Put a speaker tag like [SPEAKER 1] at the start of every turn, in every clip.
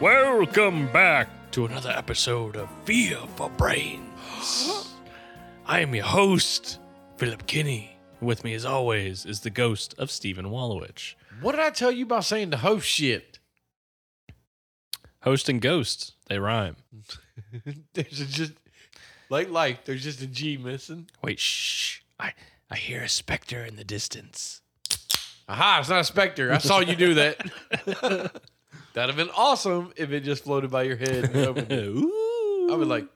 [SPEAKER 1] Welcome back to another episode of Fear for Brains. I am your host, Philip Kinney. With me, as always, is the ghost of Stephen Wallowich.
[SPEAKER 2] What did I tell you about saying the host shit?
[SPEAKER 1] Host and ghost, they rhyme.
[SPEAKER 2] there's a just like life. There's just a G missing.
[SPEAKER 1] Wait, shh. I, I hear a specter in the distance.
[SPEAKER 2] Aha! It's not a specter. I saw you do that. That'd have been awesome if it just floated by your head. And opened it.
[SPEAKER 1] Ooh.
[SPEAKER 2] I would like.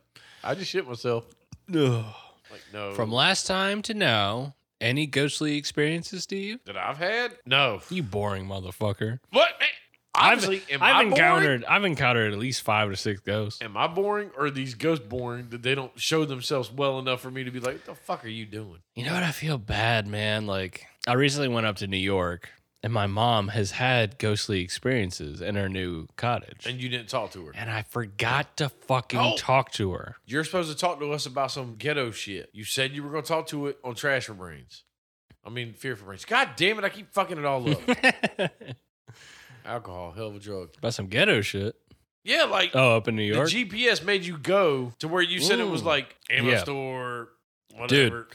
[SPEAKER 2] I just shit myself.
[SPEAKER 1] Ugh.
[SPEAKER 2] Like no.
[SPEAKER 1] From last time to now, any ghostly experiences, Steve?
[SPEAKER 2] that I've had. No.
[SPEAKER 1] You boring motherfucker.
[SPEAKER 2] What? man?
[SPEAKER 1] I've-
[SPEAKER 2] Honestly, am I
[SPEAKER 1] I've
[SPEAKER 2] boring?
[SPEAKER 1] encountered I've encountered at least five to six ghosts.
[SPEAKER 2] Am I boring or are these ghosts boring that they don't show themselves well enough for me to be like, what the fuck are you doing?
[SPEAKER 1] You know what? I feel bad, man. Like, I recently went up to New York and my mom has had ghostly experiences in her new cottage.
[SPEAKER 2] And
[SPEAKER 1] And,
[SPEAKER 2] you didn't talk to her.
[SPEAKER 1] I forgot to fucking
[SPEAKER 2] Oh.
[SPEAKER 1] talk to her.
[SPEAKER 2] You're supposed to talk to us about some ghetto shit. You said you were going to talk to it on Trash for Brains. I mean, Fear for Brains. God damn it, I keep fucking it all up.
[SPEAKER 1] About
[SPEAKER 2] Alcohol, hell of a drug.
[SPEAKER 1] some ghetto shit.
[SPEAKER 2] Yeah, like
[SPEAKER 1] Oh, up in New
[SPEAKER 2] the
[SPEAKER 1] York?
[SPEAKER 2] GPS made you go to where you said it was
[SPEAKER 1] Ooh.
[SPEAKER 2] like ammo
[SPEAKER 1] Yeah.
[SPEAKER 2] store, whatever.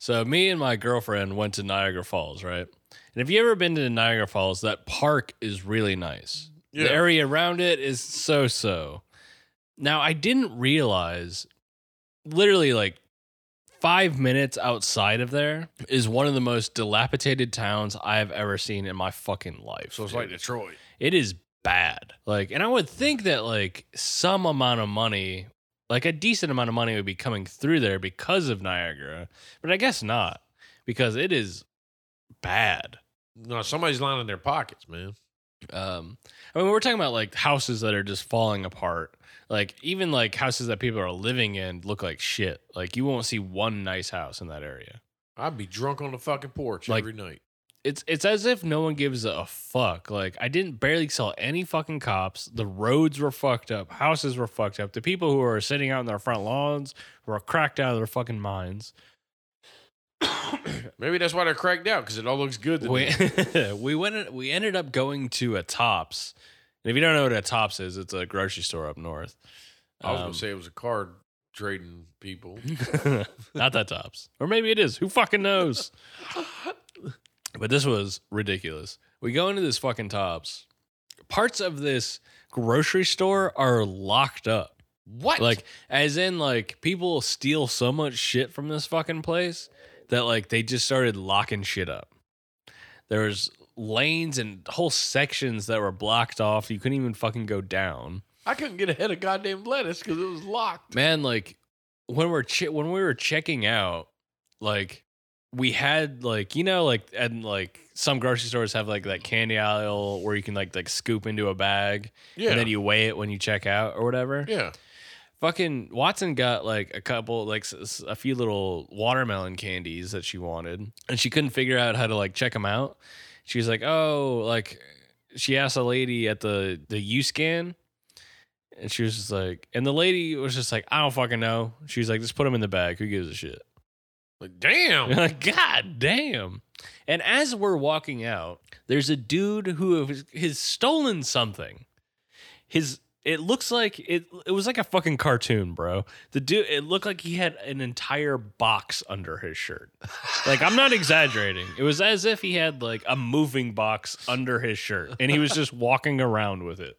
[SPEAKER 1] so, me and my girlfriend went to Niagara Falls, right? And if you ever been to Niagara Falls, that park is really nice.
[SPEAKER 2] Yeah.
[SPEAKER 1] The area around it is so so. Now, I didn't realize literally like five minutes outside of there is one of the most dilapidated towns I've ever seen in my fucking life.
[SPEAKER 2] so it's
[SPEAKER 1] dude.
[SPEAKER 2] like Detroit.
[SPEAKER 1] it is bad. Like, and I would think that like some amount of money, like a decent amount of money would be coming through there because of Niagara, but I guess not because it is bad.
[SPEAKER 2] No, somebody's lining their pockets, man.
[SPEAKER 1] Um, I mean, we're talking about like houses that are just falling apart. Like even like houses that people are living in look like shit. Like you won't see one nice house in that area.
[SPEAKER 2] I'd be drunk on the fucking porch
[SPEAKER 1] Like-
[SPEAKER 2] every night.
[SPEAKER 1] It's it's as if no one gives a fuck. Like I didn't barely saw any fucking cops. The roads were fucked up. Houses were fucked up. The people who are sitting out in their front lawns were cracked out of their fucking minds.
[SPEAKER 2] Maybe that's why they're cracked out because it all looks good. To
[SPEAKER 1] we,
[SPEAKER 2] them.
[SPEAKER 1] we went we ended up going to a Tops. And if you don't know what a Tops is, it's a grocery store up north.
[SPEAKER 2] I was
[SPEAKER 1] Um,
[SPEAKER 2] gonna say it was a card trading people.
[SPEAKER 1] Not that tops. Or maybe it is. Who fucking knows? But this was ridiculous. We go into this fucking tops. Parts of this grocery store are locked up.
[SPEAKER 2] What?
[SPEAKER 1] Like, as in, like, people steal so much shit from this fucking place that, like, they just started locking shit up. There's lanes and whole sections that were blocked off. You couldn't even fucking go down
[SPEAKER 2] I couldn't get a head of goddamn lettuce because it was locked.
[SPEAKER 1] man like when we're che- when we were checking out like we had like you know like and like some grocery stores have like that candy aisle where you can like like scoop into a bag
[SPEAKER 2] Yeah.
[SPEAKER 1] and then you weigh it when you check out or whatever
[SPEAKER 2] yeah.
[SPEAKER 1] fucking watson got like a couple like s- s- a few little watermelon candies that she wanted and she couldn't figure out how to like check them out she was like oh like she asked a lady at the the u scan and she was just like and the lady was just like i don't fucking know she was like just put them in the bag who gives a shit
[SPEAKER 2] Like, damn.
[SPEAKER 1] god damn and as we're walking out there's a dude who has- has stolen something his it looks like it it was like a fucking cartoon bro the dude it looked like he had an entire box under his shirt like i'm not exaggerating it was as if he had like a moving box under his shirt and he was just walking around with it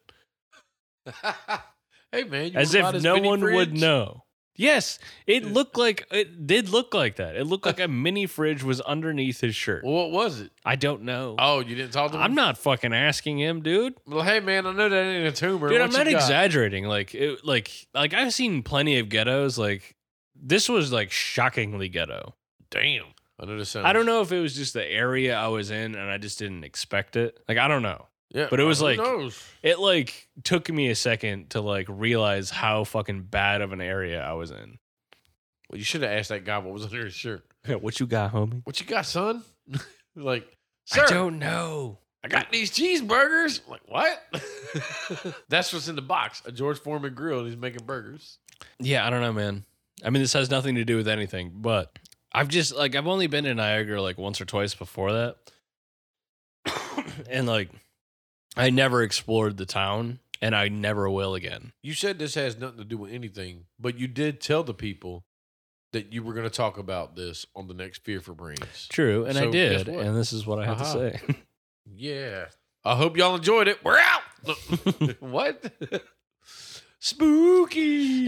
[SPEAKER 2] hey man, you
[SPEAKER 1] as
[SPEAKER 2] wanna buy
[SPEAKER 1] if
[SPEAKER 2] this
[SPEAKER 1] no
[SPEAKER 2] mini
[SPEAKER 1] one would
[SPEAKER 2] fridge?
[SPEAKER 1] know. Yes, it looked like it did look like that. It looked like a mini fridge was underneath his shirt.
[SPEAKER 2] Well, what was it?
[SPEAKER 1] I don't know.
[SPEAKER 2] Oh, you didn't talk to him.
[SPEAKER 1] I'm not fucking asking him, dude.
[SPEAKER 2] Well, hey man, I know that ain't a tumor.
[SPEAKER 1] Dude,
[SPEAKER 2] What
[SPEAKER 1] I'm
[SPEAKER 2] you
[SPEAKER 1] not
[SPEAKER 2] got?
[SPEAKER 1] exaggerating. Like, it, like, like I've seen plenty of ghettos. Like, this was like shockingly ghetto.
[SPEAKER 2] Damn. I know this sounds.
[SPEAKER 1] I don't know if it was just the area I was in and I just didn't expect it. Like, I don't know.
[SPEAKER 2] Yeah,
[SPEAKER 1] but it was
[SPEAKER 2] who
[SPEAKER 1] like-
[SPEAKER 2] knows?
[SPEAKER 1] It like took me a second to like realize how fucking bad of an area I was in.
[SPEAKER 2] Well, you should have asked that guy what was under his shirt.
[SPEAKER 1] Yeah, what you got, homie?
[SPEAKER 2] What you got, son? like, sir, I,
[SPEAKER 1] I don't know.
[SPEAKER 2] got these cheeseburgers. I'm like, what? That's what's in the box. A George Foreman grill, and he's making burgers.
[SPEAKER 1] Yeah, I don't know, man. I mean, this has nothing to do with anything, but I've just like I've only been to Niagara like once or twice before that, and like I never explored the town, and I never will again.
[SPEAKER 2] You said this has nothing to do with anything, but you did tell the people that you were going to talk about this on the next Fear for Brains.
[SPEAKER 1] True, and I
[SPEAKER 2] So, guess
[SPEAKER 1] did,
[SPEAKER 2] what?
[SPEAKER 1] and this is what I have
[SPEAKER 2] Aha.
[SPEAKER 1] to say.
[SPEAKER 2] Yeah. I hope y'all enjoyed it. We're out. what? Spooky.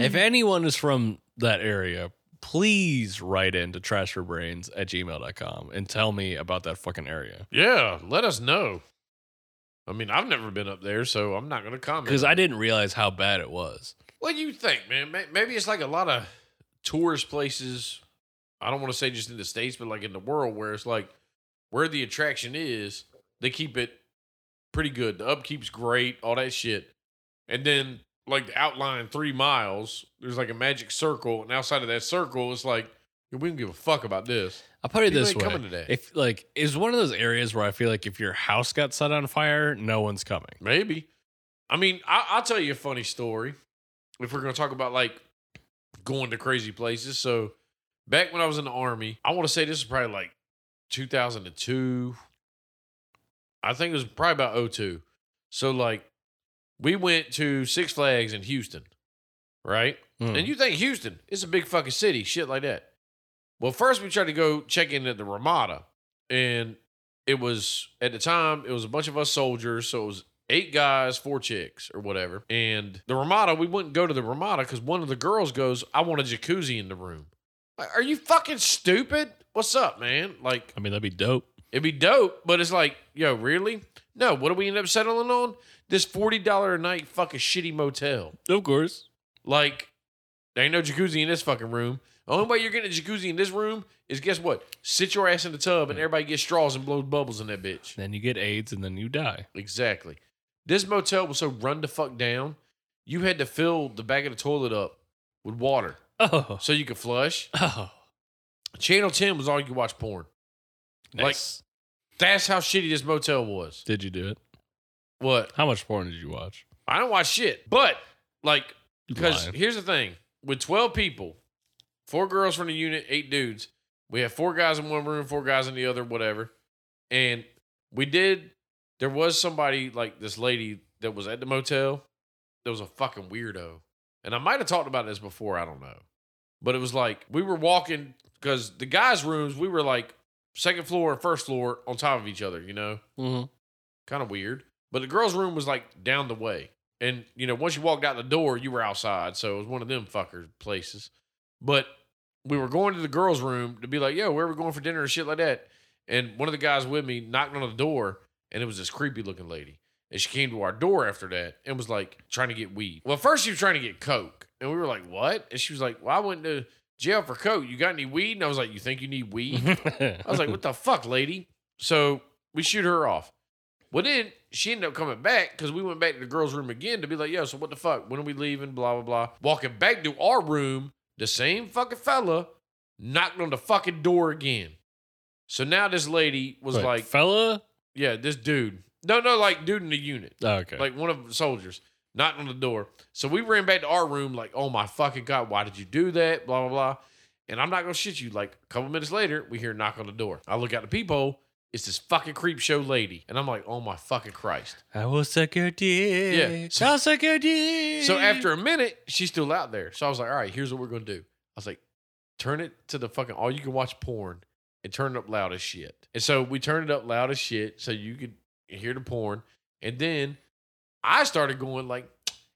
[SPEAKER 1] if anyone is from that area, please write in to trashforbrains at gmail.com and tell me about that fucking area.
[SPEAKER 2] yeah, let us know. I mean, I've never been up there, so I'm not going to comment.
[SPEAKER 1] Because I didn't realize how bad it was.
[SPEAKER 2] What do you think, man? May- Maybe it's like a lot of tourist places. I don't want to say just in the states, but like in the world, where it's like where the attraction is, they keep it pretty good. The upkeep's great, all that shit, and then like the outline three miles, there's like a magic circle, and outside of that circle, it's like we don't give a fuck about this.
[SPEAKER 1] I'll put it
[SPEAKER 2] People
[SPEAKER 1] this
[SPEAKER 2] ain't
[SPEAKER 1] way.
[SPEAKER 2] coming today.
[SPEAKER 1] If like is one of those areas where I feel like if your house got set on fire, no one's coming.
[SPEAKER 2] Maybe. I mean, I, I'll tell you a funny story if we're going to talk about like going to crazy places. So, back when I was in the army, I want to say this is probably like 2002. I think it was probably about 02. So, like, we went to Six Flags in Houston, right?
[SPEAKER 1] Mm.
[SPEAKER 2] And you think Houston, it's a big fucking city, shit like that. Well, first we tried to go check in at the Ramada, and it was at the time it was a bunch of us soldiers, so it was eight guys, four chicks, or whatever. And the Ramada, we wouldn't go to the Ramada because one of the girls goes, "I want a jacuzzi in the room." Like, are you fucking stupid? What's up, man? Like,
[SPEAKER 1] I mean that'd be dope.
[SPEAKER 2] It'd be dope, but it's like, yo, really? No, what do we end up settling on? This $40 a night fucking shitty motel.
[SPEAKER 1] Of course.
[SPEAKER 2] Like, there ain't no jacuzzi in this fucking room. The only way you're getting a jacuzzi in this room is guess what? Sit your ass in the tub and everybody gets straws and blows bubbles in that bitch.
[SPEAKER 1] Then you get AIDS and then you die.
[SPEAKER 2] Exactly. This motel was so run the fuck down, you had to fill the back of the toilet up with water
[SPEAKER 1] Oh.
[SPEAKER 2] so you could flush.
[SPEAKER 1] Oh.
[SPEAKER 2] Channel 10 was all you could watch porn.
[SPEAKER 1] Nice.
[SPEAKER 2] That's how shitty this motel was.
[SPEAKER 1] did you do it?
[SPEAKER 2] What?
[SPEAKER 1] How much porn did you watch?
[SPEAKER 2] I don't watch shit, but like Because
[SPEAKER 1] Lying.
[SPEAKER 2] here's the thing: with twelve people, four girls from the unit, eight dudes, we have four guys in one room, four guys in the other, whatever. And we did. There was somebody like this lady that was at the motel. That was a fucking weirdo, and I might have talked about this before. I don't know, but it was like we were walking because the guys' rooms we were like second floor and first floor on top of each other. You know,
[SPEAKER 1] Mm-hmm.
[SPEAKER 2] kind of weird. But the girls' room was like down the way. And, you know, once you walked out the door, you were outside. So it was one of them fucker places. But we were going to the girls' room to be like, yo, where are we going for dinner and shit like that? And one of the guys with me knocked on the door, and it was this creepy looking lady. And she came to our door after that and was like trying to get weed. Well, first she was trying to get coke. And we were like, what? And she was like, well, I went to jail for coke. You got any weed? And I was like, you think you need weed? I was like, what the fuck, lady? So we shoot her off. Well, then she ended up coming back because we went back to the girls' room again to be like, yo, so what the fuck? When are we leaving? Blah, blah, blah. Walking back to our room, the same fucking fella knocked on the fucking door again. So now this lady was
[SPEAKER 1] Wait,
[SPEAKER 2] like,
[SPEAKER 1] fella?
[SPEAKER 2] yeah, this dude. No, no, like dude in the unit
[SPEAKER 1] Oh, okay.
[SPEAKER 2] like one of the soldiers knocked on the door. So we ran back to our room, like, oh my fucking God, why did you do that? Blah, blah, blah. And I'm not gonna shit you. Like a couple minutes later, we hear a knock on the door. I look out the peephole, it's this fucking creep show lady. And I'm like, oh my fucking Christ.
[SPEAKER 1] I will suck your dick.
[SPEAKER 2] so-
[SPEAKER 1] I'll suck your dick.
[SPEAKER 2] So after a minute, she's still out there. So I was like, all right, here's what we're gonna do. I was like, turn it to the fucking all you can watch porn and turn it up loud as shit. And so we turned it up loud as shit so you could hear the porn. And then I started going like,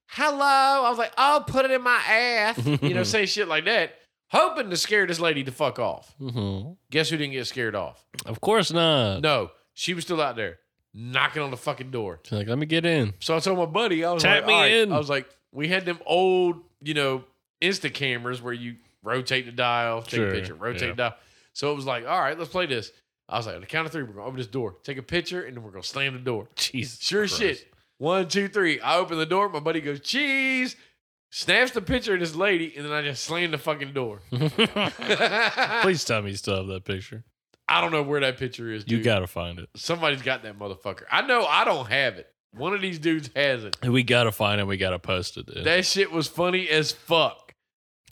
[SPEAKER 2] hello. I was like, I'll put it in my ass. You know, say shit like that, hoping to scare this lady to fuck off.
[SPEAKER 1] Mhm.
[SPEAKER 2] Guess who didn't get scared off?
[SPEAKER 1] Of course not.
[SPEAKER 2] No, she was still out there knocking on the fucking door.
[SPEAKER 1] She's like, let me get in.
[SPEAKER 2] So I told my buddy, I was
[SPEAKER 1] Tap
[SPEAKER 2] like,
[SPEAKER 1] me
[SPEAKER 2] "All right."
[SPEAKER 1] in.
[SPEAKER 2] I was like, we had them old, you know, Insta cameras where you rotate the dial, take
[SPEAKER 1] Sure,
[SPEAKER 2] a picture, rotate
[SPEAKER 1] yeah.
[SPEAKER 2] the dial. So it was like, all right, let's play this. I was like, on the count of three, we're gonna open this door, take a picture, and then we're gonna slam the door.
[SPEAKER 1] Jesus.
[SPEAKER 2] Sure as
[SPEAKER 1] Christ.
[SPEAKER 2] shit. One, two, three. I open the door. My buddy goes, cheese. snaps the picture of this lady, and then I just slammed the fucking door. I
[SPEAKER 1] Please tell me you still have that picture.
[SPEAKER 2] don't know where that picture is. Dude.
[SPEAKER 1] You gotta find it.
[SPEAKER 2] somebody's got that motherfucker. I know I don't have it. One of these dudes has it.
[SPEAKER 1] We gotta find it. We gotta post it. Dude.
[SPEAKER 2] That shit was funny as fuck.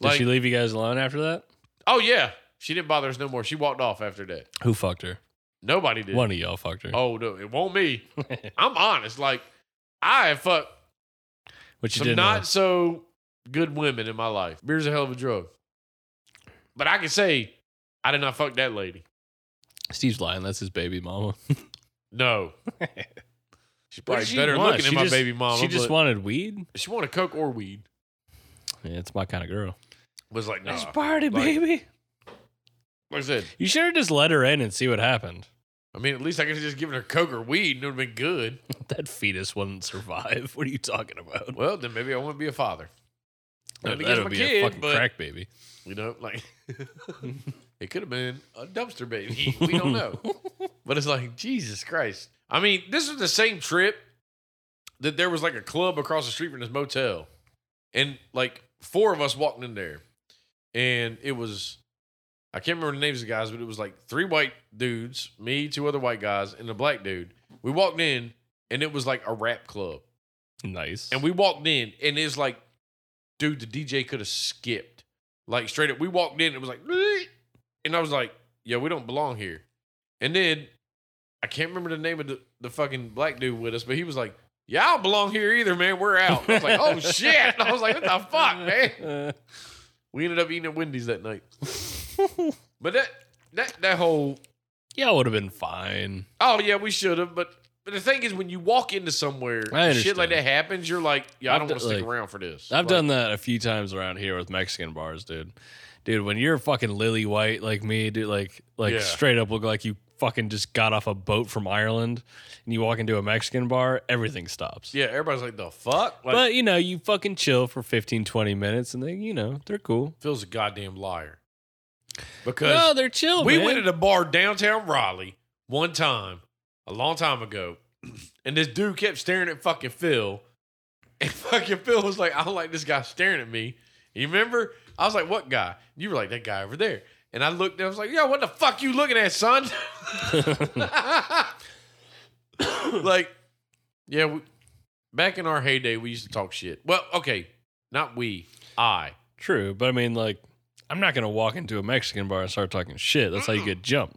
[SPEAKER 1] Did
[SPEAKER 2] Like,
[SPEAKER 1] she leave you guys alone after that?
[SPEAKER 2] oh yeah, she didn't bother us no more. She walked off after that.
[SPEAKER 1] Who fucked her?
[SPEAKER 2] Nobody did.
[SPEAKER 1] One of y'all fucked her.
[SPEAKER 2] Oh no, it won't me. I'm honest. Like I have fucked
[SPEAKER 1] Which you
[SPEAKER 2] some
[SPEAKER 1] didn't. uh,
[SPEAKER 2] not
[SPEAKER 1] know.
[SPEAKER 2] so good women in my life. Beer's a hell of a drug. But I can say I did not fuck that lady.
[SPEAKER 1] uh, Steve's lying. That's his baby mama.
[SPEAKER 2] No. She's probably
[SPEAKER 1] did she
[SPEAKER 2] better
[SPEAKER 1] want?
[SPEAKER 2] looking
[SPEAKER 1] She
[SPEAKER 2] than my
[SPEAKER 1] just-
[SPEAKER 2] baby mama.
[SPEAKER 1] she just
[SPEAKER 2] but
[SPEAKER 1] wanted weed.
[SPEAKER 2] she wanted coke or weed.
[SPEAKER 1] Yeah, it's my kind of girl.
[SPEAKER 2] Was like, nah.
[SPEAKER 1] It's
[SPEAKER 2] Like
[SPEAKER 1] party,
[SPEAKER 2] like-
[SPEAKER 1] baby.
[SPEAKER 2] I said,
[SPEAKER 1] You should have just let her in and see what happened.
[SPEAKER 2] I mean, at least I could have just given her coke or weed and it would have been good.
[SPEAKER 1] That fetus wouldn't survive. What are you talking about?
[SPEAKER 2] Well, then maybe I wouldn't be a father.
[SPEAKER 1] That
[SPEAKER 2] Nothing
[SPEAKER 1] that
[SPEAKER 2] against my
[SPEAKER 1] would be
[SPEAKER 2] kid,
[SPEAKER 1] a fucking
[SPEAKER 2] but
[SPEAKER 1] crack baby.
[SPEAKER 2] you know, like it could have been a dumpster baby. We don't know. but it's like, Jesus Christ. I mean, this was the same trip that there was like a club across the street from this motel. And like four of us walked in there. And it was I can't remember the names of the guys, but it was like three white dudes, me, two other white guys, and a black dude. We walked in and it was like a rap club.
[SPEAKER 1] Nice.
[SPEAKER 2] And we walked in, and it's like, dude, the DJ could have skipped. Like straight up, we walked in, it was like, "Bleep." and I was like, yo, we don't belong here. And then I can't remember the name of the, the fucking black dude with us, but he was like, yeah, I don't belong here either, man. We're out. I was like, oh shit. I was like, what the fuck, man?
[SPEAKER 1] Uh,
[SPEAKER 2] We ended up eating at Wendy's that night.
[SPEAKER 1] man?
[SPEAKER 2] But that that that whole
[SPEAKER 1] Y'all would have been fine.
[SPEAKER 2] oh yeah, we should have. But but the thing is, when you walk into somewhere,
[SPEAKER 1] I
[SPEAKER 2] shit like
[SPEAKER 1] understand.
[SPEAKER 2] that happens, you're like, yeah, I
[SPEAKER 1] I've
[SPEAKER 2] don't
[SPEAKER 1] done-
[SPEAKER 2] want to stick
[SPEAKER 1] like,
[SPEAKER 2] around for this.
[SPEAKER 1] I've
[SPEAKER 2] Like,
[SPEAKER 1] done that a few times around here with Mexican bars, dude. Dude, when you're fucking lily white like me, dude, like like
[SPEAKER 2] Yeah.
[SPEAKER 1] straight up look like you fucking just got off a boat from Ireland and you walk into a Mexican bar, everything stops.
[SPEAKER 2] Yeah, everybody's like, the fuck? Like,
[SPEAKER 1] but you know, you fucking chill for 15, 20 minutes and they, you know, they're cool.
[SPEAKER 2] Phil's a goddamn liar. Because
[SPEAKER 1] No, they're chill.
[SPEAKER 2] we
[SPEAKER 1] Oh, man.
[SPEAKER 2] went to a bar downtown Raleigh one time, a long time ago, and this dude kept staring at fucking Phil. And fucking Phil was like, I don't like this guy staring at me. You remember? I was like, what guy? You were like, that guy over there. And I looked and I was like, yo, what the fuck you looking at, son? like, yeah, we, back in our heyday, we used to talk shit. Well, okay, not we, I.
[SPEAKER 1] True, but I mean, like, I'm not gonna walk into a Mexican bar and start talking shit. That's how you get jumped.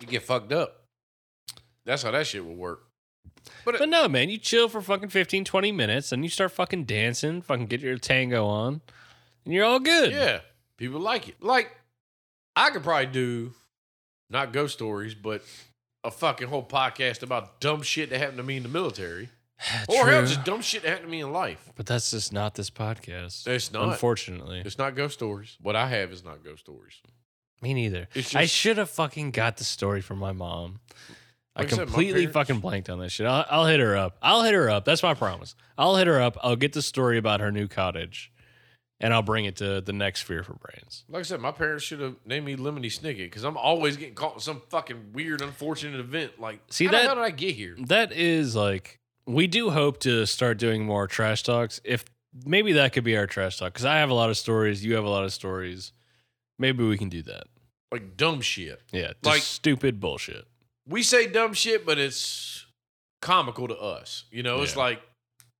[SPEAKER 2] you get fucked up. That's how that shit will work. But-
[SPEAKER 1] But no, man, you chill for fucking 15, 20 minutes, and you start fucking dancing, fucking get your tango on, and you're all good.
[SPEAKER 2] yeah, people like it. Like, I could probably do not ghost stories, but a fucking whole podcast about dumb shit that happened to me in the military, or hell,
[SPEAKER 1] True.
[SPEAKER 2] just dumb shit that happened to me in life.
[SPEAKER 1] But that's just not this podcast.
[SPEAKER 2] It's not.
[SPEAKER 1] Unfortunately,
[SPEAKER 2] It's not ghost stories. What I have is not ghost stories.
[SPEAKER 1] me neither.
[SPEAKER 2] It's
[SPEAKER 1] I
[SPEAKER 2] just-
[SPEAKER 1] should have fucking got the story from my mom.
[SPEAKER 2] Like I
[SPEAKER 1] I
[SPEAKER 2] said, my
[SPEAKER 1] completely
[SPEAKER 2] parents-
[SPEAKER 1] fucking blanked on this shit. I'll, I'll hit her up. I'll hit her up. That's my promise. I'll hit her up. I'll get the story about her new cottage, and I'll bring it to the next Fear for Brains.
[SPEAKER 2] Like I said, my parents should have named me Lemony Snicket because I'm always getting caught in some fucking weird, unfortunate event. Like,
[SPEAKER 1] See
[SPEAKER 2] how the
[SPEAKER 1] that-
[SPEAKER 2] hell did I get here?
[SPEAKER 1] that is like we do hope to start doing more trash talks if maybe that could be our trash talk because i have a lot of stories you have a lot of stories maybe we can do that
[SPEAKER 2] Like dumb shit.
[SPEAKER 1] yeah just
[SPEAKER 2] Like-
[SPEAKER 1] stupid bullshit
[SPEAKER 2] we say dumb shit, but it's comical to us. You know, it's
[SPEAKER 1] Yeah.
[SPEAKER 2] like,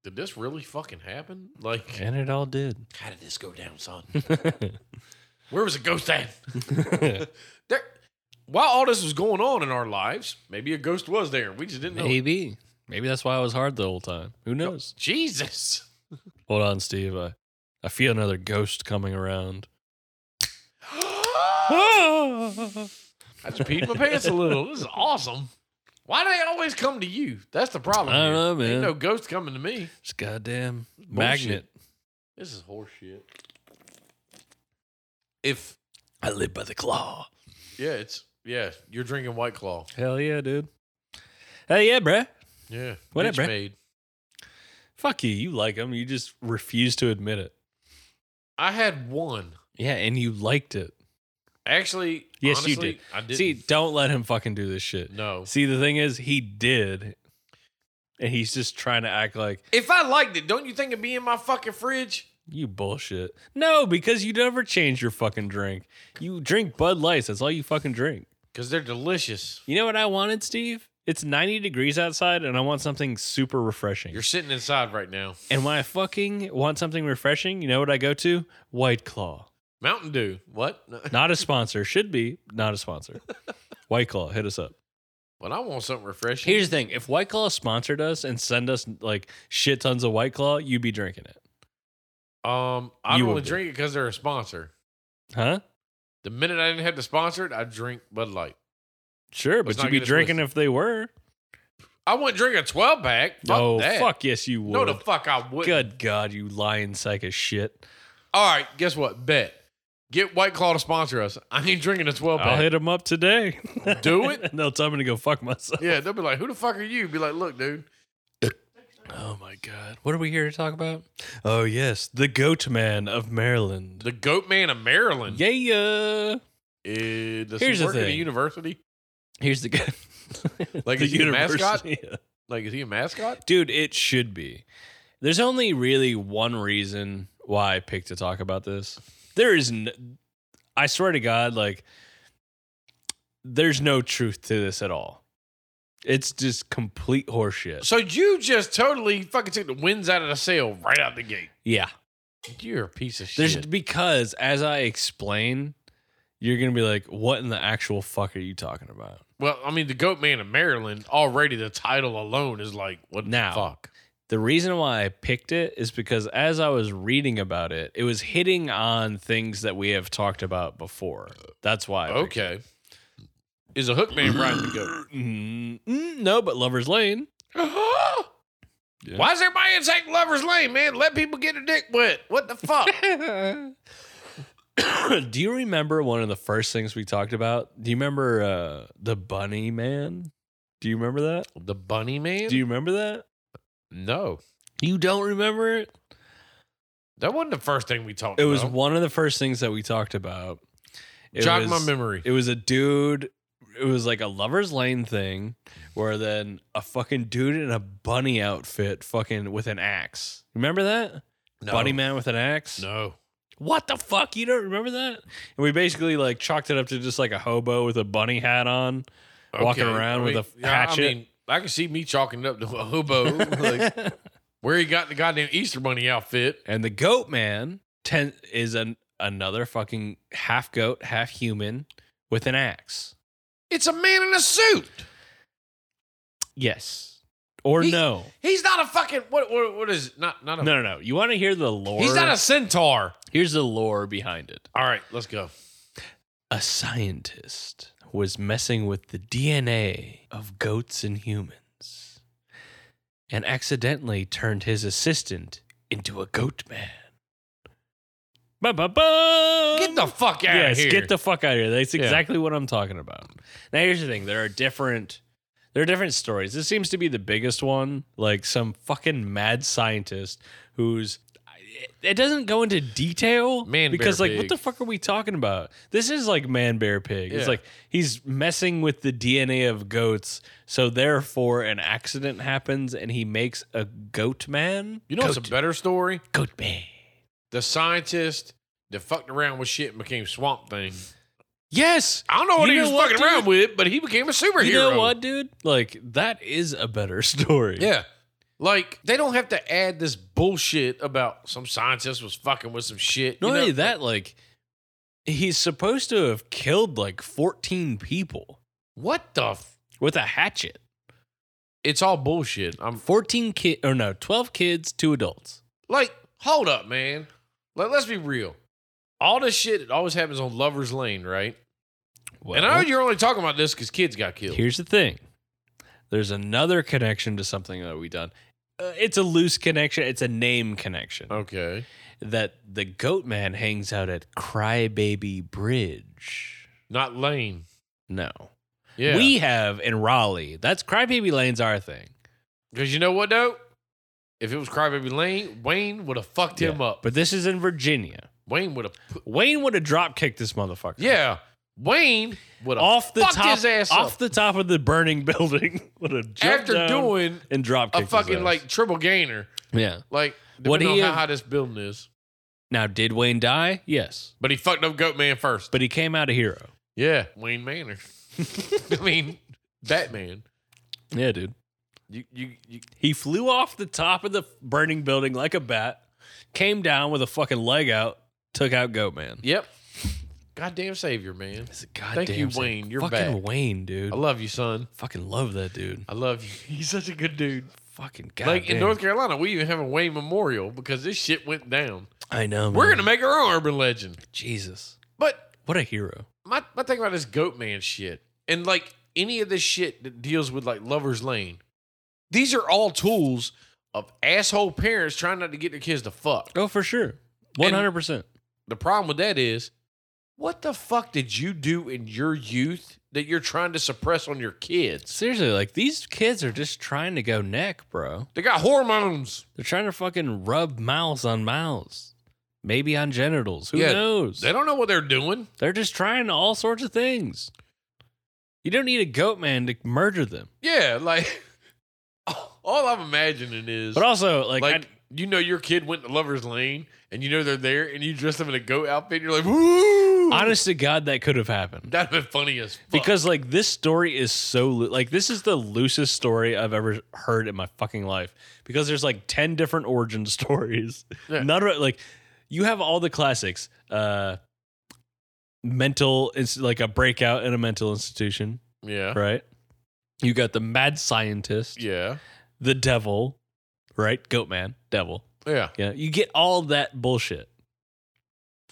[SPEAKER 2] did this really fucking happen? Like,
[SPEAKER 1] and it all did
[SPEAKER 2] how did this go down, son? Where was the ghost at? There, while all this was going on in our lives, maybe a ghost was there. We just didn't know. it.
[SPEAKER 1] maybe maybe that's why i was hard the whole time who knows
[SPEAKER 2] Jesus.
[SPEAKER 1] hold on steve i i feel another ghost coming around Ah!
[SPEAKER 2] I just peed my pants a little. This is awesome. Why do they always come to you? That's the problem.
[SPEAKER 1] I don't
[SPEAKER 2] here.
[SPEAKER 1] know, man.
[SPEAKER 2] Ain't no ghost coming to me.
[SPEAKER 1] it's goddamn
[SPEAKER 2] Bullshit.
[SPEAKER 1] magnet
[SPEAKER 2] This is horseshit. If
[SPEAKER 1] i live by the claw
[SPEAKER 2] yeah, it's yeah, you're drinking White Claw.
[SPEAKER 1] hell yeah dude hell yeah bruh
[SPEAKER 2] Yeah,
[SPEAKER 1] What up,
[SPEAKER 2] bitch
[SPEAKER 1] bruh?
[SPEAKER 2] made.
[SPEAKER 1] Fuck you. You like them. You just refuse to admit it.
[SPEAKER 2] I had one.
[SPEAKER 1] Yeah, and you liked it.
[SPEAKER 2] Actually,
[SPEAKER 1] Yes, you
[SPEAKER 2] honestly,
[SPEAKER 1] did.
[SPEAKER 2] I did.
[SPEAKER 1] See, don't let him fucking do this shit.
[SPEAKER 2] no.
[SPEAKER 1] See, the thing is, he did. And he's just trying to act like,
[SPEAKER 2] If I liked it, don't you think it'd be in my fucking fridge?
[SPEAKER 1] You bullshit. No, because you never change your fucking drink. You drink Bud Lights. That's all you fucking drink.
[SPEAKER 2] because they're delicious.
[SPEAKER 1] You know what I wanted, Steve? It's 90 degrees outside and I want something super refreshing.
[SPEAKER 2] You're sitting inside right now.
[SPEAKER 1] and when I fucking want something refreshing, you know what I go to? White Claw.
[SPEAKER 2] Mountain Dew. What? No.
[SPEAKER 1] Not a sponsor. Should be not a sponsor. White Claw, hit us up.
[SPEAKER 2] But I want something refreshing.
[SPEAKER 1] Here's the thing: if White Claw sponsored us and send us like shit tons of White Claw, you'd be drinking it,
[SPEAKER 2] um, I
[SPEAKER 1] You
[SPEAKER 2] don't
[SPEAKER 1] would
[SPEAKER 2] only
[SPEAKER 1] be.
[SPEAKER 2] drink it because they're a sponsor.
[SPEAKER 1] huh?
[SPEAKER 2] The minute I didn't have to sponsor it, I drink Bud Light.
[SPEAKER 1] Sure, but
[SPEAKER 2] Let's not
[SPEAKER 1] you'd be
[SPEAKER 2] get it
[SPEAKER 1] drinking if they were.
[SPEAKER 2] I wouldn't drink a 12 pack. Fuck
[SPEAKER 1] oh,
[SPEAKER 2] that.
[SPEAKER 1] fuck yes, you would.
[SPEAKER 2] No, the fuck I wouldn't.
[SPEAKER 1] Good God, you lying sack of shit!
[SPEAKER 2] All right, guess what? Bet. Get White Claw to sponsor us. I ain't drinking a 12
[SPEAKER 1] I'll
[SPEAKER 2] pack.
[SPEAKER 1] hit them up today.
[SPEAKER 2] Do it?
[SPEAKER 1] and they'll tell me to go fuck myself.
[SPEAKER 2] Yeah, they'll be like, who the fuck are you? Be like, look, dude.
[SPEAKER 1] Oh my God, what are we here to talk about? Oh yes, the Goat Man of Maryland.
[SPEAKER 2] The goat man of Maryland.
[SPEAKER 1] Yeah, yeah.
[SPEAKER 2] Uh,
[SPEAKER 1] Here's
[SPEAKER 2] does he
[SPEAKER 1] the
[SPEAKER 2] work at a
[SPEAKER 1] thing.
[SPEAKER 2] university?
[SPEAKER 1] Here's the guy.
[SPEAKER 2] Like, is he a mascot?
[SPEAKER 1] university. Yeah.
[SPEAKER 2] Like, is he a mascot?
[SPEAKER 1] Dude, it should be. There's only really one reason why I picked to talk about this. There is, n- I swear to God, like, there's no truth to this at all. It's just complete horseshit.
[SPEAKER 2] So you just totally fucking took the winds out of the sail right out the gate.
[SPEAKER 1] Yeah.
[SPEAKER 2] You're a piece of
[SPEAKER 1] There's
[SPEAKER 2] shit.
[SPEAKER 1] because as I explain, you're going to be like, what in the actual fuck are you talking about?
[SPEAKER 2] Well, I mean, the goat man of Maryland, already the title alone is like, what
[SPEAKER 1] Now.
[SPEAKER 2] the fuck?
[SPEAKER 1] The reason why I picked it is because as I was reading about it, it was hitting on things that we have talked about before. That's why. I picked it.
[SPEAKER 2] Okay. Is a hook man riding the goat?
[SPEAKER 1] Mm, mm, no, but Lover's Lane. Yeah.
[SPEAKER 2] Why is everybody in St. Lover's Lane, man? Let people get their dick wet. What the fuck? Oh.
[SPEAKER 1] do you remember one of the first things we talked about? Do you remember uh, the Bunny Man? Do you remember that?
[SPEAKER 2] the bunny man?
[SPEAKER 1] Do you remember that?
[SPEAKER 2] no.
[SPEAKER 1] You don't remember it?
[SPEAKER 2] That wasn't the first thing we talked
[SPEAKER 1] It
[SPEAKER 2] about.
[SPEAKER 1] was one of the first things that we talked about. It
[SPEAKER 2] Jog my
[SPEAKER 1] was-
[SPEAKER 2] memory.
[SPEAKER 1] It was a dude. It was like a lover's lane thing, where then a fucking dude in a bunny outfit, fucking with an axe. Remember that
[SPEAKER 2] no.
[SPEAKER 1] bunny man with an axe?
[SPEAKER 2] No.
[SPEAKER 1] What the fuck? You don't remember that? And we basically like chalked it up to just like a hobo with a bunny hat on. Walking around with a hatchet.
[SPEAKER 2] I mean, I can see me chalking it up to a hobo. like, where he got the goddamn Easter Bunny outfit.
[SPEAKER 1] and the goat man ten, is an, another fucking half goat, half human with an axe.
[SPEAKER 2] It's a man in a suit.
[SPEAKER 1] Yes. Or
[SPEAKER 2] He-
[SPEAKER 1] no.
[SPEAKER 2] He's not a fucking what? What, what is it? not not a?
[SPEAKER 1] No, no, no. You want to hear the lore?
[SPEAKER 2] he's not a centaur.
[SPEAKER 1] Here's the lore behind it.
[SPEAKER 2] All right, let's go.
[SPEAKER 1] A scientist was messing with the DNA of goats and humans and accidentally turned his assistant into a goat man. Ba ba ba!
[SPEAKER 2] Get the fuck out
[SPEAKER 1] yes,
[SPEAKER 2] of here.
[SPEAKER 1] get the fuck out of here. That's
[SPEAKER 2] Yeah.
[SPEAKER 1] exactly what I'm talking about. Now here's the thing: there are different, there are different stories. This seems to be the biggest one. Like some fucking mad scientist who's. It doesn't go into detail,
[SPEAKER 2] Man, bear,
[SPEAKER 1] because like, what
[SPEAKER 2] pig.
[SPEAKER 1] the fuck are we talking about? This is like man, bear, pig.
[SPEAKER 2] Yeah.
[SPEAKER 1] It's like he's messing with the DNA of goats, so therefore an accident happens, and he makes a goat man.
[SPEAKER 2] you know,
[SPEAKER 1] goat,
[SPEAKER 2] it's a better story.
[SPEAKER 1] goat man.
[SPEAKER 2] The scientist that fucked around with shit and became Swamp Thing.
[SPEAKER 1] Yes,
[SPEAKER 2] I don't know what
[SPEAKER 1] You
[SPEAKER 2] he
[SPEAKER 1] know
[SPEAKER 2] was
[SPEAKER 1] what,
[SPEAKER 2] fucking
[SPEAKER 1] dude?
[SPEAKER 2] around with, but he became a superhero.
[SPEAKER 1] You know what, dude? Like that is a better story.
[SPEAKER 2] Yeah. Like they don't have to add this bullshit about some scientist was fucking with some shit.
[SPEAKER 1] Not
[SPEAKER 2] you know? uh,
[SPEAKER 1] only that, like he's supposed to have killed like 14 people
[SPEAKER 2] What the? F-
[SPEAKER 1] with a hatchet.
[SPEAKER 2] it's all bullshit. I'm
[SPEAKER 1] 14 kid or no, 12 kids, two adults.
[SPEAKER 2] like, hold up, man. Like, let's be real. All this shit it always happens on Lover's Lane, right?
[SPEAKER 1] Well,
[SPEAKER 2] and I know you're only talking about this because kids got killed.
[SPEAKER 1] here's the thing. There's another connection to something that we done. Uh, it's a loose connection. It's a name connection
[SPEAKER 2] Oh. Okay.
[SPEAKER 1] that the goat man hangs out at Crybaby Bridge.
[SPEAKER 2] Not Lane.
[SPEAKER 1] No.
[SPEAKER 2] Yeah.
[SPEAKER 1] We have in Raleigh. That's Crybaby Lane's our thing.
[SPEAKER 2] Because you know what, though? If it was Crybaby Lane, Wayne would have fucked him
[SPEAKER 1] Yeah.
[SPEAKER 2] up.
[SPEAKER 1] But this is in Virginia.
[SPEAKER 2] Wayne would have. Put-
[SPEAKER 1] Wayne would have drop kicked this motherfucker.
[SPEAKER 2] yeah. Wayne would have
[SPEAKER 1] Off the
[SPEAKER 2] fucked
[SPEAKER 1] top
[SPEAKER 2] his ass
[SPEAKER 1] off
[SPEAKER 2] up
[SPEAKER 1] the top of the burning building. would have jumped
[SPEAKER 2] after
[SPEAKER 1] down
[SPEAKER 2] doing
[SPEAKER 1] and drop
[SPEAKER 2] a
[SPEAKER 1] kicked his
[SPEAKER 2] fucking
[SPEAKER 1] ass.
[SPEAKER 2] like triple gainer.
[SPEAKER 1] Yeah.
[SPEAKER 2] Like,
[SPEAKER 1] What
[SPEAKER 2] depending
[SPEAKER 1] he
[SPEAKER 2] on how
[SPEAKER 1] have-
[SPEAKER 2] high this building is.
[SPEAKER 1] Now, did Wayne die? Yes.
[SPEAKER 2] But he fucked up Goat Man first.
[SPEAKER 1] But he came out a hero.
[SPEAKER 2] yeah, Wayne Manor. I mean, Batman.
[SPEAKER 1] Yeah, dude.
[SPEAKER 2] You, you, you,
[SPEAKER 1] He flew off the top of the burning building like a bat, came down with a fucking leg out, took out Goatman.
[SPEAKER 2] yep. Goddamn savior, man.
[SPEAKER 1] It's a goddamn
[SPEAKER 2] Thank you,
[SPEAKER 1] sick-
[SPEAKER 2] Wayne. You're
[SPEAKER 1] fucking
[SPEAKER 2] back.
[SPEAKER 1] Wayne, dude.
[SPEAKER 2] I love you, son.
[SPEAKER 1] fucking love that dude.
[SPEAKER 2] I love you. He's such a good dude.
[SPEAKER 1] Fucking goddamn.
[SPEAKER 2] like in North Carolina, we even have a Wayne Memorial because this shit went down.
[SPEAKER 1] I know.
[SPEAKER 2] We're
[SPEAKER 1] man.
[SPEAKER 2] gonna make our own urban legend.
[SPEAKER 1] Jesus,
[SPEAKER 2] But
[SPEAKER 1] what a hero.
[SPEAKER 2] my, my thing about this goat man shit and like any of this shit that deals with like lover's lane these are all tools of asshole parents trying not to get their kids to fuck
[SPEAKER 1] Oh, for sure. One hundred percent.
[SPEAKER 2] the problem with that is what the fuck did you do in your youth that you're trying to suppress on your kids
[SPEAKER 1] Seriously, like these kids are just trying to go neck, bro.
[SPEAKER 2] they got hormones
[SPEAKER 1] They're trying to fucking rub mouths on mouths, maybe on genitals. Who
[SPEAKER 2] Yeah,
[SPEAKER 1] knows?
[SPEAKER 2] they don't know what they're doing
[SPEAKER 1] They're just trying all sorts of things. You don't need a goat man to murder them.
[SPEAKER 2] yeah like all i'm imagining is
[SPEAKER 1] But also, like,
[SPEAKER 2] like,
[SPEAKER 1] I-
[SPEAKER 2] you know your kid went to lover's lane and you know they're there and you dress them in a goat outfit and you're like woo
[SPEAKER 1] honest to God, that could have happened.
[SPEAKER 2] That'd been funny as fuck.
[SPEAKER 1] because like this story is so loo- like this is the loosest story I've ever heard in my fucking life because there's like 10 different origin stories.
[SPEAKER 2] Yeah.
[SPEAKER 1] None of it- like you have all the classics. Uh mental it's like a breakout in a mental institution,
[SPEAKER 2] yeah,
[SPEAKER 1] right? You got the mad scientist,
[SPEAKER 2] yeah,
[SPEAKER 1] the devil, right? Goatman, devil.
[SPEAKER 2] yeah.
[SPEAKER 1] Yeah, you get all that bullshit.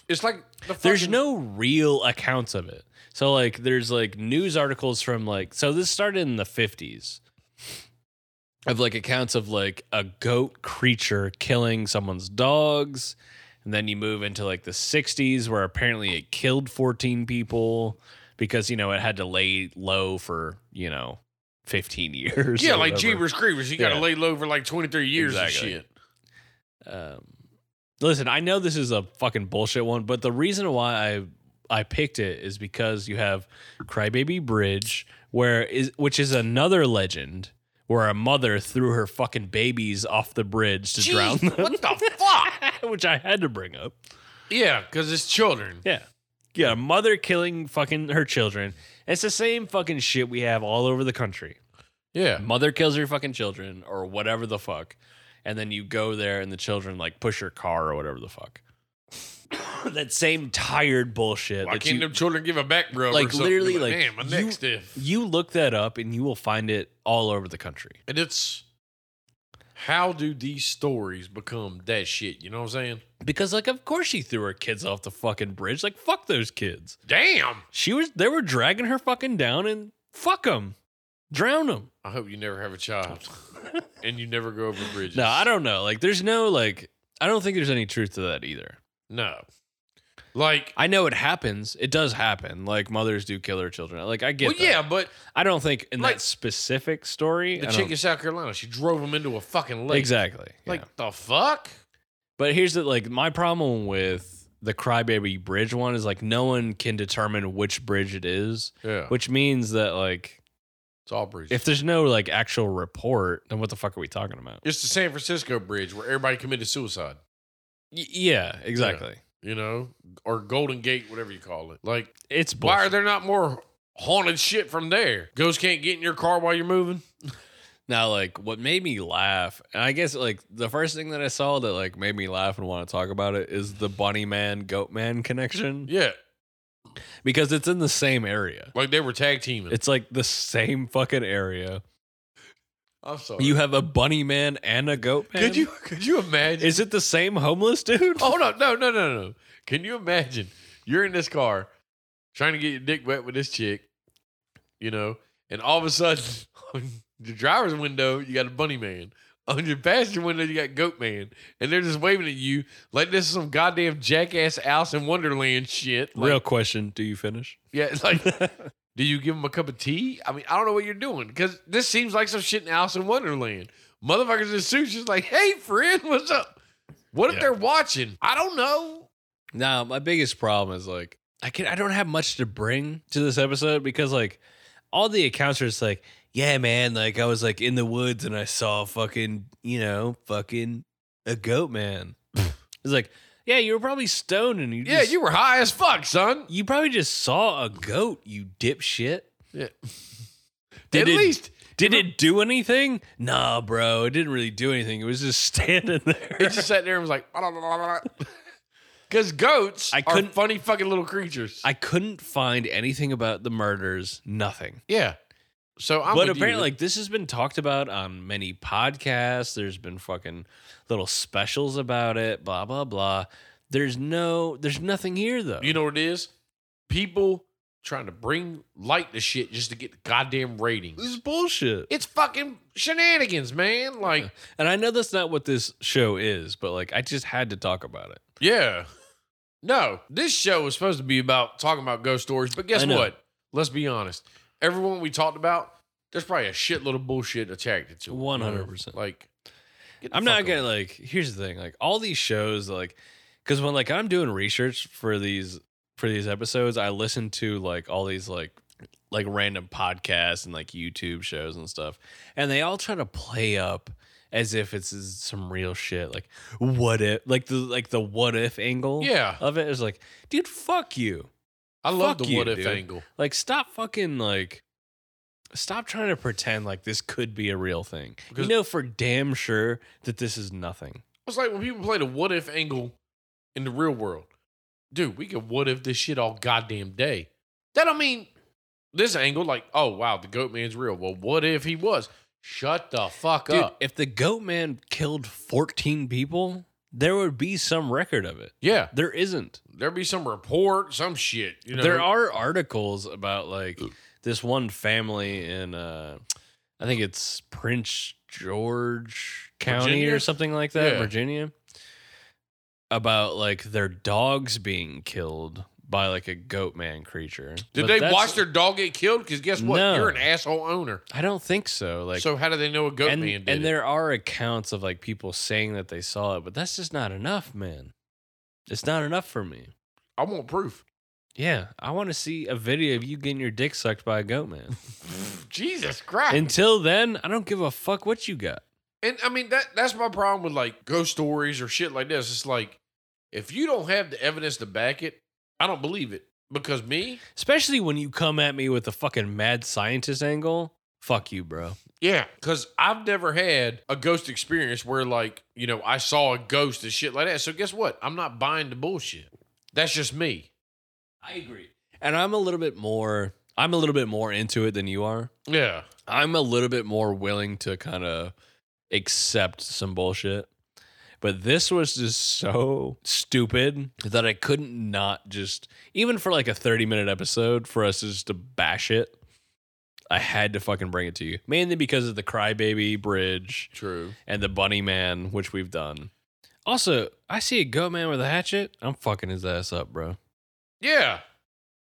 [SPEAKER 2] It's like the
[SPEAKER 1] there's
[SPEAKER 2] fucking-
[SPEAKER 1] no real accounts of it. So like there's like news articles from like so this started in the 50s of like accounts of like a goat creature killing someone's dogs and then you move into like the 60s where apparently it killed 14 people because you know it had to lay low for, you know, 15 years.
[SPEAKER 2] yeah,
[SPEAKER 1] or
[SPEAKER 2] like
[SPEAKER 1] whatever.
[SPEAKER 2] Jeebers Creepers. You got to
[SPEAKER 1] Yeah.
[SPEAKER 2] lay low for like twenty three years
[SPEAKER 1] Exactly.
[SPEAKER 2] and shit.
[SPEAKER 1] um, listen, I know this is a fucking bullshit one, but the reason why I I picked it is because you have Crybaby Bridge, where is which is another legend where a mother threw her fucking babies off the bridge to
[SPEAKER 2] Jeez,
[SPEAKER 1] drown them,
[SPEAKER 2] What the fuck?
[SPEAKER 1] which I had to bring up.
[SPEAKER 2] Yeah, because it's children.
[SPEAKER 1] Yeah. Yeah, a mother killing fucking her children. It's the same fucking shit we have all over the country.
[SPEAKER 2] Yeah,
[SPEAKER 1] Mother kills her fucking children or whatever the fuck. And then you go there and the children like push your car or whatever the fuck. that same tired bullshit.
[SPEAKER 2] why
[SPEAKER 1] that
[SPEAKER 2] can't
[SPEAKER 1] you,
[SPEAKER 2] them children give a back rub?
[SPEAKER 1] Like,
[SPEAKER 2] or something?
[SPEAKER 1] literally,
[SPEAKER 2] Be
[SPEAKER 1] like,
[SPEAKER 2] damn, my
[SPEAKER 1] you-
[SPEAKER 2] neck's stiff.
[SPEAKER 1] you look that up and you will find it all over the country.
[SPEAKER 2] And it's how do these stories become that shit? You know what I'm saying?
[SPEAKER 1] Because like of course she threw her kids off the fucking bridge. Like fuck those kids.
[SPEAKER 2] Damn.
[SPEAKER 1] She was they were dragging her fucking down and fuck them. Drown them.
[SPEAKER 2] I hope you never have a child, and you never go over bridges.
[SPEAKER 1] No, I don't know. Like there's no like I don't think there's any truth to that either.
[SPEAKER 2] No, like,
[SPEAKER 1] I know it happens. It does happen. Like mothers do kill their children. Like I get
[SPEAKER 2] well,
[SPEAKER 1] that.
[SPEAKER 2] yeah, but
[SPEAKER 1] I don't think in
[SPEAKER 2] Like-
[SPEAKER 1] that specific story.
[SPEAKER 2] The
[SPEAKER 1] I
[SPEAKER 2] chick
[SPEAKER 1] don't-
[SPEAKER 2] in South Carolina, she drove him into a fucking lake.
[SPEAKER 1] exactly.
[SPEAKER 2] Like
[SPEAKER 1] yeah.
[SPEAKER 2] the fuck?
[SPEAKER 1] but here's the like my problem with the crybaby bridge one is like no one can determine which bridge it is,
[SPEAKER 2] Yeah.
[SPEAKER 1] which means that like
[SPEAKER 2] It's all bridges.
[SPEAKER 1] if there's no like actual report, then what the fuck are we talking about?
[SPEAKER 2] it's the San Francisco bridge where everybody committed suicide,
[SPEAKER 1] Y- yeah, exactly.
[SPEAKER 2] you know, or Golden Gate, whatever you call it. Like,
[SPEAKER 1] It's bullshit.
[SPEAKER 2] why are there not more haunted shit from there? Ghosts can't get in your car while you're moving.
[SPEAKER 1] Now, like, what made me laugh, and I guess like the first thing that I saw that like made me laugh and want to talk about it is the bunny man goat man connection
[SPEAKER 2] Yeah.
[SPEAKER 1] because it's in the same area.
[SPEAKER 2] Like they were tag teaming.
[SPEAKER 1] It's like the same fucking area.
[SPEAKER 2] I'm sorry.
[SPEAKER 1] You have a bunny man and a goat man.
[SPEAKER 2] could you could you imagine?
[SPEAKER 1] Is it the same homeless dude?
[SPEAKER 2] Oh, Hold up. No, no, no, no. Can you imagine? You're in this car trying to get your dick wet with this chick, you know, and all of a sudden on your driver's window, you got a bunny man. On your passenger window, you got goat man. And they're just waving at you like this is some goddamn jackass Alice in Wonderland shit. Like,
[SPEAKER 1] Real question. Do you finish?
[SPEAKER 2] Yeah, it's like, do you give them a cup of tea? I mean, I don't know what you're doing because this seems like some shit in Alice in Wonderland. Motherfuckers in suits just like, hey, friend, what's up? What if
[SPEAKER 1] Yeah.
[SPEAKER 2] they're watching? I don't know.
[SPEAKER 1] Now, my biggest problem is like I can I don't have much to bring to this episode because like all the accounts are just like, yeah, man, like I was like in the woods and I saw fucking, you know, fucking a goat man. it's like, Yeah, you were probably stoned and you
[SPEAKER 2] Yeah,
[SPEAKER 1] just,
[SPEAKER 2] you were high as fuck, son.
[SPEAKER 1] you probably just saw a goat, you dipshit.
[SPEAKER 2] Yeah.
[SPEAKER 1] Did
[SPEAKER 2] At
[SPEAKER 1] it-
[SPEAKER 2] least
[SPEAKER 1] Did it do anything? Nah, bro, it didn't really do anything. It was just standing
[SPEAKER 2] he
[SPEAKER 1] there.
[SPEAKER 2] just sat there and was like, because goats
[SPEAKER 1] I
[SPEAKER 2] I
[SPEAKER 1] couldn't-
[SPEAKER 2] are funny fucking little creatures.
[SPEAKER 1] I couldn't find anything about the murders. Nothing.
[SPEAKER 2] yeah. So I'm
[SPEAKER 1] but
[SPEAKER 2] with you.
[SPEAKER 1] apparently, like this has been talked about on many podcasts. There's been fucking little specials about it. Blah blah blah. There's no, there's nothing here though.
[SPEAKER 2] you know what it is? People trying to bring light to shit just to get the goddamn ratings.
[SPEAKER 1] this is bullshit.
[SPEAKER 2] It's fucking shenanigans, man. Like,
[SPEAKER 1] And I know that's not what this show is, but like I just had to talk about it.
[SPEAKER 2] yeah. No, this show was supposed to be about talking about ghost stories, but guess
[SPEAKER 1] I know.
[SPEAKER 2] what? Let's be honest. Everyone we talked about, there's probably a shitload of bullshit attracted to it.
[SPEAKER 1] 100%.
[SPEAKER 2] Like, get the
[SPEAKER 1] I'm
[SPEAKER 2] fuck
[SPEAKER 1] not
[SPEAKER 2] over
[SPEAKER 1] gonna
[SPEAKER 2] it.
[SPEAKER 1] like. Here's the thing: like all these shows, like, because when like I'm doing research for these for these episodes, I listen to like all these like like random podcasts and like YouTube shows and stuff, and they all try to play up as if it's some real shit. Like what if, like the like the what if angle,
[SPEAKER 2] Yeah.
[SPEAKER 1] of it is like, dude, fuck you.
[SPEAKER 2] I love
[SPEAKER 1] Fuck
[SPEAKER 2] the what
[SPEAKER 1] you,
[SPEAKER 2] if
[SPEAKER 1] dude.
[SPEAKER 2] angle.
[SPEAKER 1] Like stop fucking like. Stop trying to pretend like this could be a real thing.
[SPEAKER 2] Because-
[SPEAKER 1] you know for damn sure that this is nothing.
[SPEAKER 2] It's like when people play the what if angle in the real world. Dude, we could what if this shit all goddamn day. That don't mean this angle, like, oh wow, the goat man's real. Well, what if he was? Shut the fuck
[SPEAKER 1] Dude,
[SPEAKER 2] up.
[SPEAKER 1] if the goat man killed 14 people, there would be some record of it.
[SPEAKER 2] Yeah.
[SPEAKER 1] There isn't.
[SPEAKER 2] There'd be some report, some shit. You know,
[SPEAKER 1] There are articles about like this one family in uh I think it's Prince George County
[SPEAKER 2] Virginia?
[SPEAKER 1] or something like that,
[SPEAKER 2] Yeah.
[SPEAKER 1] Virginia. About like their dogs being killed by like a goat man creature.
[SPEAKER 2] Did
[SPEAKER 1] But
[SPEAKER 2] they
[SPEAKER 1] that's-
[SPEAKER 2] watch their dog get killed? Because guess what?
[SPEAKER 1] No.
[SPEAKER 2] You're an asshole owner.
[SPEAKER 1] I don't think so. Like
[SPEAKER 2] so how do they know a goat
[SPEAKER 1] and,
[SPEAKER 2] man did
[SPEAKER 1] and
[SPEAKER 2] it?
[SPEAKER 1] there are accounts of like people saying that they saw it, but that's just not enough, man. It's not enough for me.
[SPEAKER 2] I want proof.
[SPEAKER 1] Yeah, I want to see a video of you getting your dick sucked by a goat man.
[SPEAKER 2] Jesus Christ.
[SPEAKER 1] Until then, I don't give a fuck what you got.
[SPEAKER 2] And I mean that that's my problem with like ghost stories or shit like this. It's like if you don't have the evidence to back it, I don't believe it. Because me,
[SPEAKER 1] Especially when you come at me with the fucking mad scientist angle. Fuck you, bro.
[SPEAKER 2] yeah, because I've never had a ghost experience where like you know I saw a ghost and shit like that. So guess what? I'm not buying the bullshit. That's just me.
[SPEAKER 1] I agree. And I'm a little bit more I'm a little bit more into it than you are.
[SPEAKER 2] Yeah,
[SPEAKER 1] I'm a little bit more willing to kind of accept some bullshit. But this was just so stupid that I couldn't not just, even for like a 30 minute episode, for us just to bash it. I had to fucking bring it to you, mainly because of the Crybaby Bridge
[SPEAKER 2] true.
[SPEAKER 1] and the Bunny Man, which we've done. Also, I see a goat man with a hatchet. I'm fucking his ass up, bro.
[SPEAKER 2] Yeah,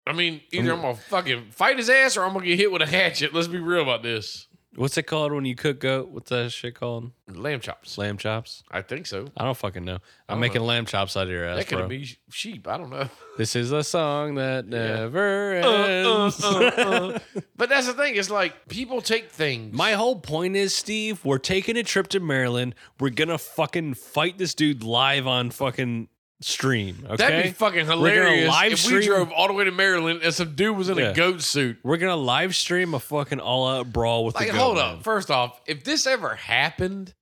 [SPEAKER 2] I mean either I'm gonna fucking fight his ass or I'm gonna get hit with a hatchet. Let's be real about this.
[SPEAKER 1] What's it called when you cook goat? What's that shit called?
[SPEAKER 2] Lamb chops.
[SPEAKER 1] Lamb chops?
[SPEAKER 2] I think so.
[SPEAKER 1] I don't fucking know.
[SPEAKER 2] I
[SPEAKER 1] I'm
[SPEAKER 2] don't
[SPEAKER 1] making lamb chops out of your ass,
[SPEAKER 2] That
[SPEAKER 1] bro.
[SPEAKER 2] could be sheep. I don't know.
[SPEAKER 1] This is a song that never
[SPEAKER 2] Uh, uh,
[SPEAKER 1] ends.
[SPEAKER 2] uh, uh. But that's the thing. It's like people take things.
[SPEAKER 1] My whole point is, Steve, we're taking a trip to Maryland. We're gonna fucking fight this dude live on fucking stream. Okay,
[SPEAKER 2] that'd be fucking
[SPEAKER 1] gonna
[SPEAKER 2] hilarious
[SPEAKER 1] live
[SPEAKER 2] if
[SPEAKER 1] stream-
[SPEAKER 2] we drove all the way to Maryland and some dude was in
[SPEAKER 1] Yeah.
[SPEAKER 2] a goat suit.
[SPEAKER 1] we're gonna live stream a fucking all out brawl with
[SPEAKER 2] Like,
[SPEAKER 1] the goat
[SPEAKER 2] hold
[SPEAKER 1] man.
[SPEAKER 2] up. First off, if this ever happened,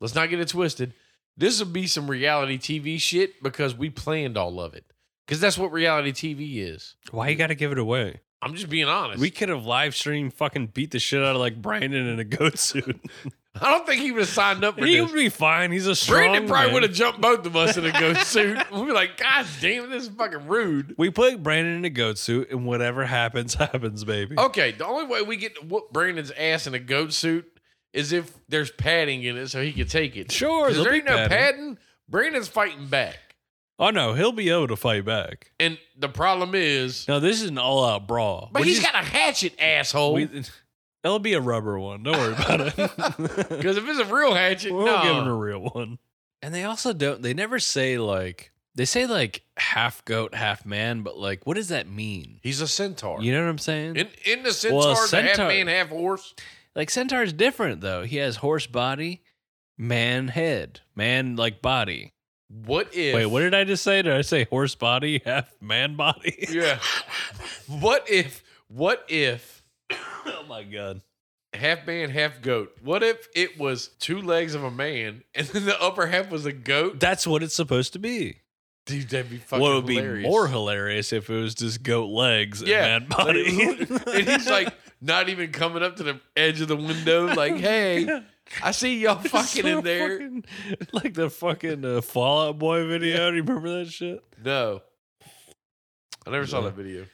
[SPEAKER 2] let's not get it twisted. This would be some reality TV shit because we planned all of it. Because that's what reality TV is.
[SPEAKER 1] Why you gotta give it away?
[SPEAKER 2] I'm just being honest.
[SPEAKER 1] We could have live streamed fucking beat the shit out of like Brandon in a goat suit.
[SPEAKER 2] I don't think he would have signed up for
[SPEAKER 1] he
[SPEAKER 2] this.
[SPEAKER 1] would be fine. He's a strong.
[SPEAKER 2] Brandon probably
[SPEAKER 1] man.
[SPEAKER 2] would have jumped both of us in a goat suit. We'd be like, God damn, this is fucking rude.
[SPEAKER 1] We put Brandon in a goat suit, and whatever happens, happens, baby.
[SPEAKER 2] Okay, the only way we get to whoop Brandon's ass in a goat suit is if there's padding in it so he can take it.
[SPEAKER 1] Sure,
[SPEAKER 2] 'Cause
[SPEAKER 1] there'll
[SPEAKER 2] there
[SPEAKER 1] be
[SPEAKER 2] ain't no
[SPEAKER 1] padding.
[SPEAKER 2] padding. Brandon's fighting back.
[SPEAKER 1] Oh no, he'll be able to fight back.
[SPEAKER 2] And the problem is,
[SPEAKER 1] No, this is an all-out brawl.
[SPEAKER 2] but
[SPEAKER 1] We
[SPEAKER 2] he's
[SPEAKER 1] just-
[SPEAKER 2] got a hatchet, asshole.
[SPEAKER 1] we- it'll be a rubber one. Don't worry about it.
[SPEAKER 2] Because if it's a real hatchet,
[SPEAKER 1] we'll
[SPEAKER 2] no.
[SPEAKER 1] give him a real one. And they also don't. They never say like they say like half goat, half man. But like, what does that mean?
[SPEAKER 2] he's a centaur.
[SPEAKER 1] You know what I'm saying?
[SPEAKER 2] in, in the centaur,
[SPEAKER 1] Well, a
[SPEAKER 2] the half
[SPEAKER 1] centaur-
[SPEAKER 2] man, half horse.
[SPEAKER 1] like centaur is different though. He has horse body, man head, man like body.
[SPEAKER 2] What if?
[SPEAKER 1] Wait, what did I just say? Did I say horse body, half man body?
[SPEAKER 2] Yeah. what if? What if
[SPEAKER 1] oh my god.
[SPEAKER 2] half man, half goat? What if it was two legs of a man, and then the upper half was a goat?
[SPEAKER 1] That's what it's supposed to be.
[SPEAKER 2] Dude, that'd be fucking
[SPEAKER 1] what would
[SPEAKER 2] hilarious.
[SPEAKER 1] be more hilarious if it was just goat legs and
[SPEAKER 2] Yeah,
[SPEAKER 1] man body.
[SPEAKER 2] and he's like not even coming up to the edge of the window. Like, hey, I see y'all
[SPEAKER 1] It's
[SPEAKER 2] fucking
[SPEAKER 1] so
[SPEAKER 2] in there.
[SPEAKER 1] fucking- like the fucking uh, Fallout Boy video. Do you remember that shit?
[SPEAKER 2] No, I never saw
[SPEAKER 1] Yeah.
[SPEAKER 2] that video.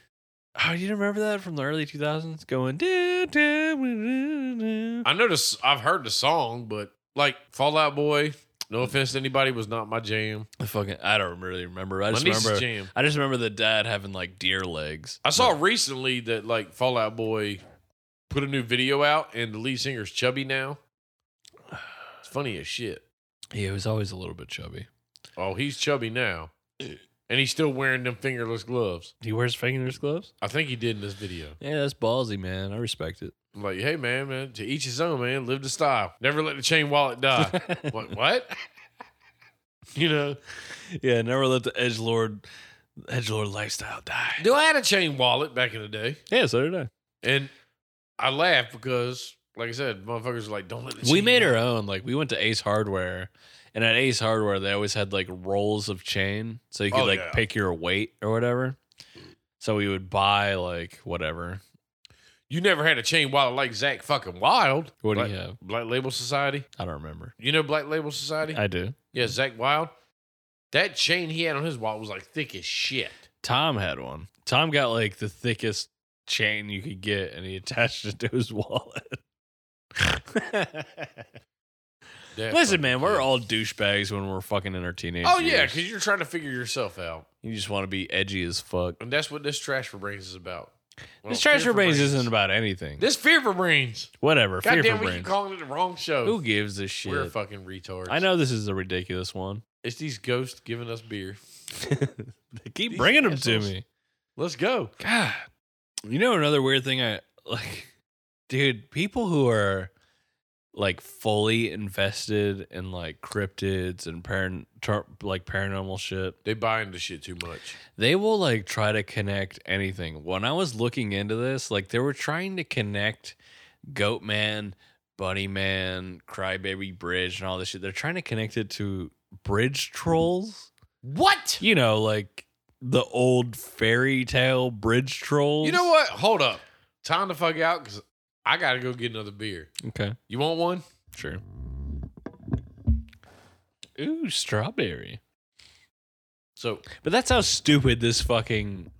[SPEAKER 1] Oh, you remember that from the early 2000s? Going. "Do, do, do, do, do."
[SPEAKER 2] I noticed I've heard the song, but like Fallout Boy, no offense to anybody, was not my jam.
[SPEAKER 1] I fucking. I don't really remember. I
[SPEAKER 2] My
[SPEAKER 1] just
[SPEAKER 2] niece's
[SPEAKER 1] remember.
[SPEAKER 2] jam.
[SPEAKER 1] I just remember the dad having like deer legs.
[SPEAKER 2] I saw recently that like Fallout Boy put a new video out and the lead singer's chubby now. It's funny as shit.
[SPEAKER 1] Yeah, he was always a little bit chubby.
[SPEAKER 2] Oh, he's chubby now. And he's still wearing them fingerless gloves.
[SPEAKER 1] He wears fingerless gloves.
[SPEAKER 2] I think he did in this video.
[SPEAKER 1] Yeah, that's ballsy, man. I respect it.
[SPEAKER 2] I'm like, hey man, man, to each his own, man. Live the style. Never let the chain wallet die. what what? You know.
[SPEAKER 1] yeah, never let the edge lord, edge lord lifestyle die.
[SPEAKER 2] Do I had a chain wallet back in the day?
[SPEAKER 1] Yeah, so did I.
[SPEAKER 2] And I laugh because, like I said, motherfuckers are like, don't let the
[SPEAKER 1] We
[SPEAKER 2] chain
[SPEAKER 1] made our
[SPEAKER 2] wallet-
[SPEAKER 1] own. Like we went to Ace Hardware, and at Ace Hardware they always had like rolls of chain, so you could
[SPEAKER 2] Oh,
[SPEAKER 1] like
[SPEAKER 2] yeah.
[SPEAKER 1] pick your weight or whatever. So we would buy like whatever.
[SPEAKER 2] You never had a chain wallet like Zach fucking Wild.
[SPEAKER 1] What
[SPEAKER 2] Black,
[SPEAKER 1] do you have?
[SPEAKER 2] Black Label Society.
[SPEAKER 1] I don't remember.
[SPEAKER 2] You know Black Label Society?
[SPEAKER 1] I do.
[SPEAKER 2] yeah, Zach Wild. That chain he had on his wallet was like thick as shit.
[SPEAKER 1] Tom had one. Tom got like the thickest chain you could get, and he attached it to his wallet.
[SPEAKER 2] That
[SPEAKER 1] Listen,
[SPEAKER 2] fucking
[SPEAKER 1] man, we're
[SPEAKER 2] kid.
[SPEAKER 1] all douchebags when we're fucking in our teenage.
[SPEAKER 2] Oh yeah,
[SPEAKER 1] years.
[SPEAKER 2] because you're trying to figure yourself out,
[SPEAKER 1] you just want to be edgy as fuck.
[SPEAKER 2] and that's what this trash for brains is about. Well,
[SPEAKER 1] this
[SPEAKER 2] Fear
[SPEAKER 1] trash
[SPEAKER 2] for
[SPEAKER 1] for brains isn't about anything.
[SPEAKER 2] This fear for brains.
[SPEAKER 1] Whatever.
[SPEAKER 2] God
[SPEAKER 1] Fear
[SPEAKER 2] damn,
[SPEAKER 1] for
[SPEAKER 2] we keep
[SPEAKER 1] brains.
[SPEAKER 2] calling it the wrong show.
[SPEAKER 1] Who gives a shit?
[SPEAKER 2] we're fucking retards.
[SPEAKER 1] I know this is a ridiculous one.
[SPEAKER 2] it's these ghosts giving us beer.
[SPEAKER 1] they keep
[SPEAKER 2] These
[SPEAKER 1] bringing them to
[SPEAKER 2] assholes.
[SPEAKER 1] me.
[SPEAKER 2] Let's go.
[SPEAKER 1] God, you know another weird thing I like, dude. People who are like fully invested in like cryptids and paran- tar- like paranormal shit,
[SPEAKER 2] They buy into shit too much.
[SPEAKER 1] they will like try to connect anything. When I was looking into this, like they were trying to connect Goatman, Bunny Man, Crybaby Bridge, and all this shit. They're trying to connect it to bridge trolls.
[SPEAKER 2] What?
[SPEAKER 1] you know, like the old fairy tale bridge trolls.
[SPEAKER 2] You know what? Hold up. Time to fuck out because I gotta go get another beer.
[SPEAKER 1] Okay,
[SPEAKER 2] You want one?
[SPEAKER 1] sure. Ooh, strawberry.
[SPEAKER 2] So
[SPEAKER 1] But that's how stupid this fucking.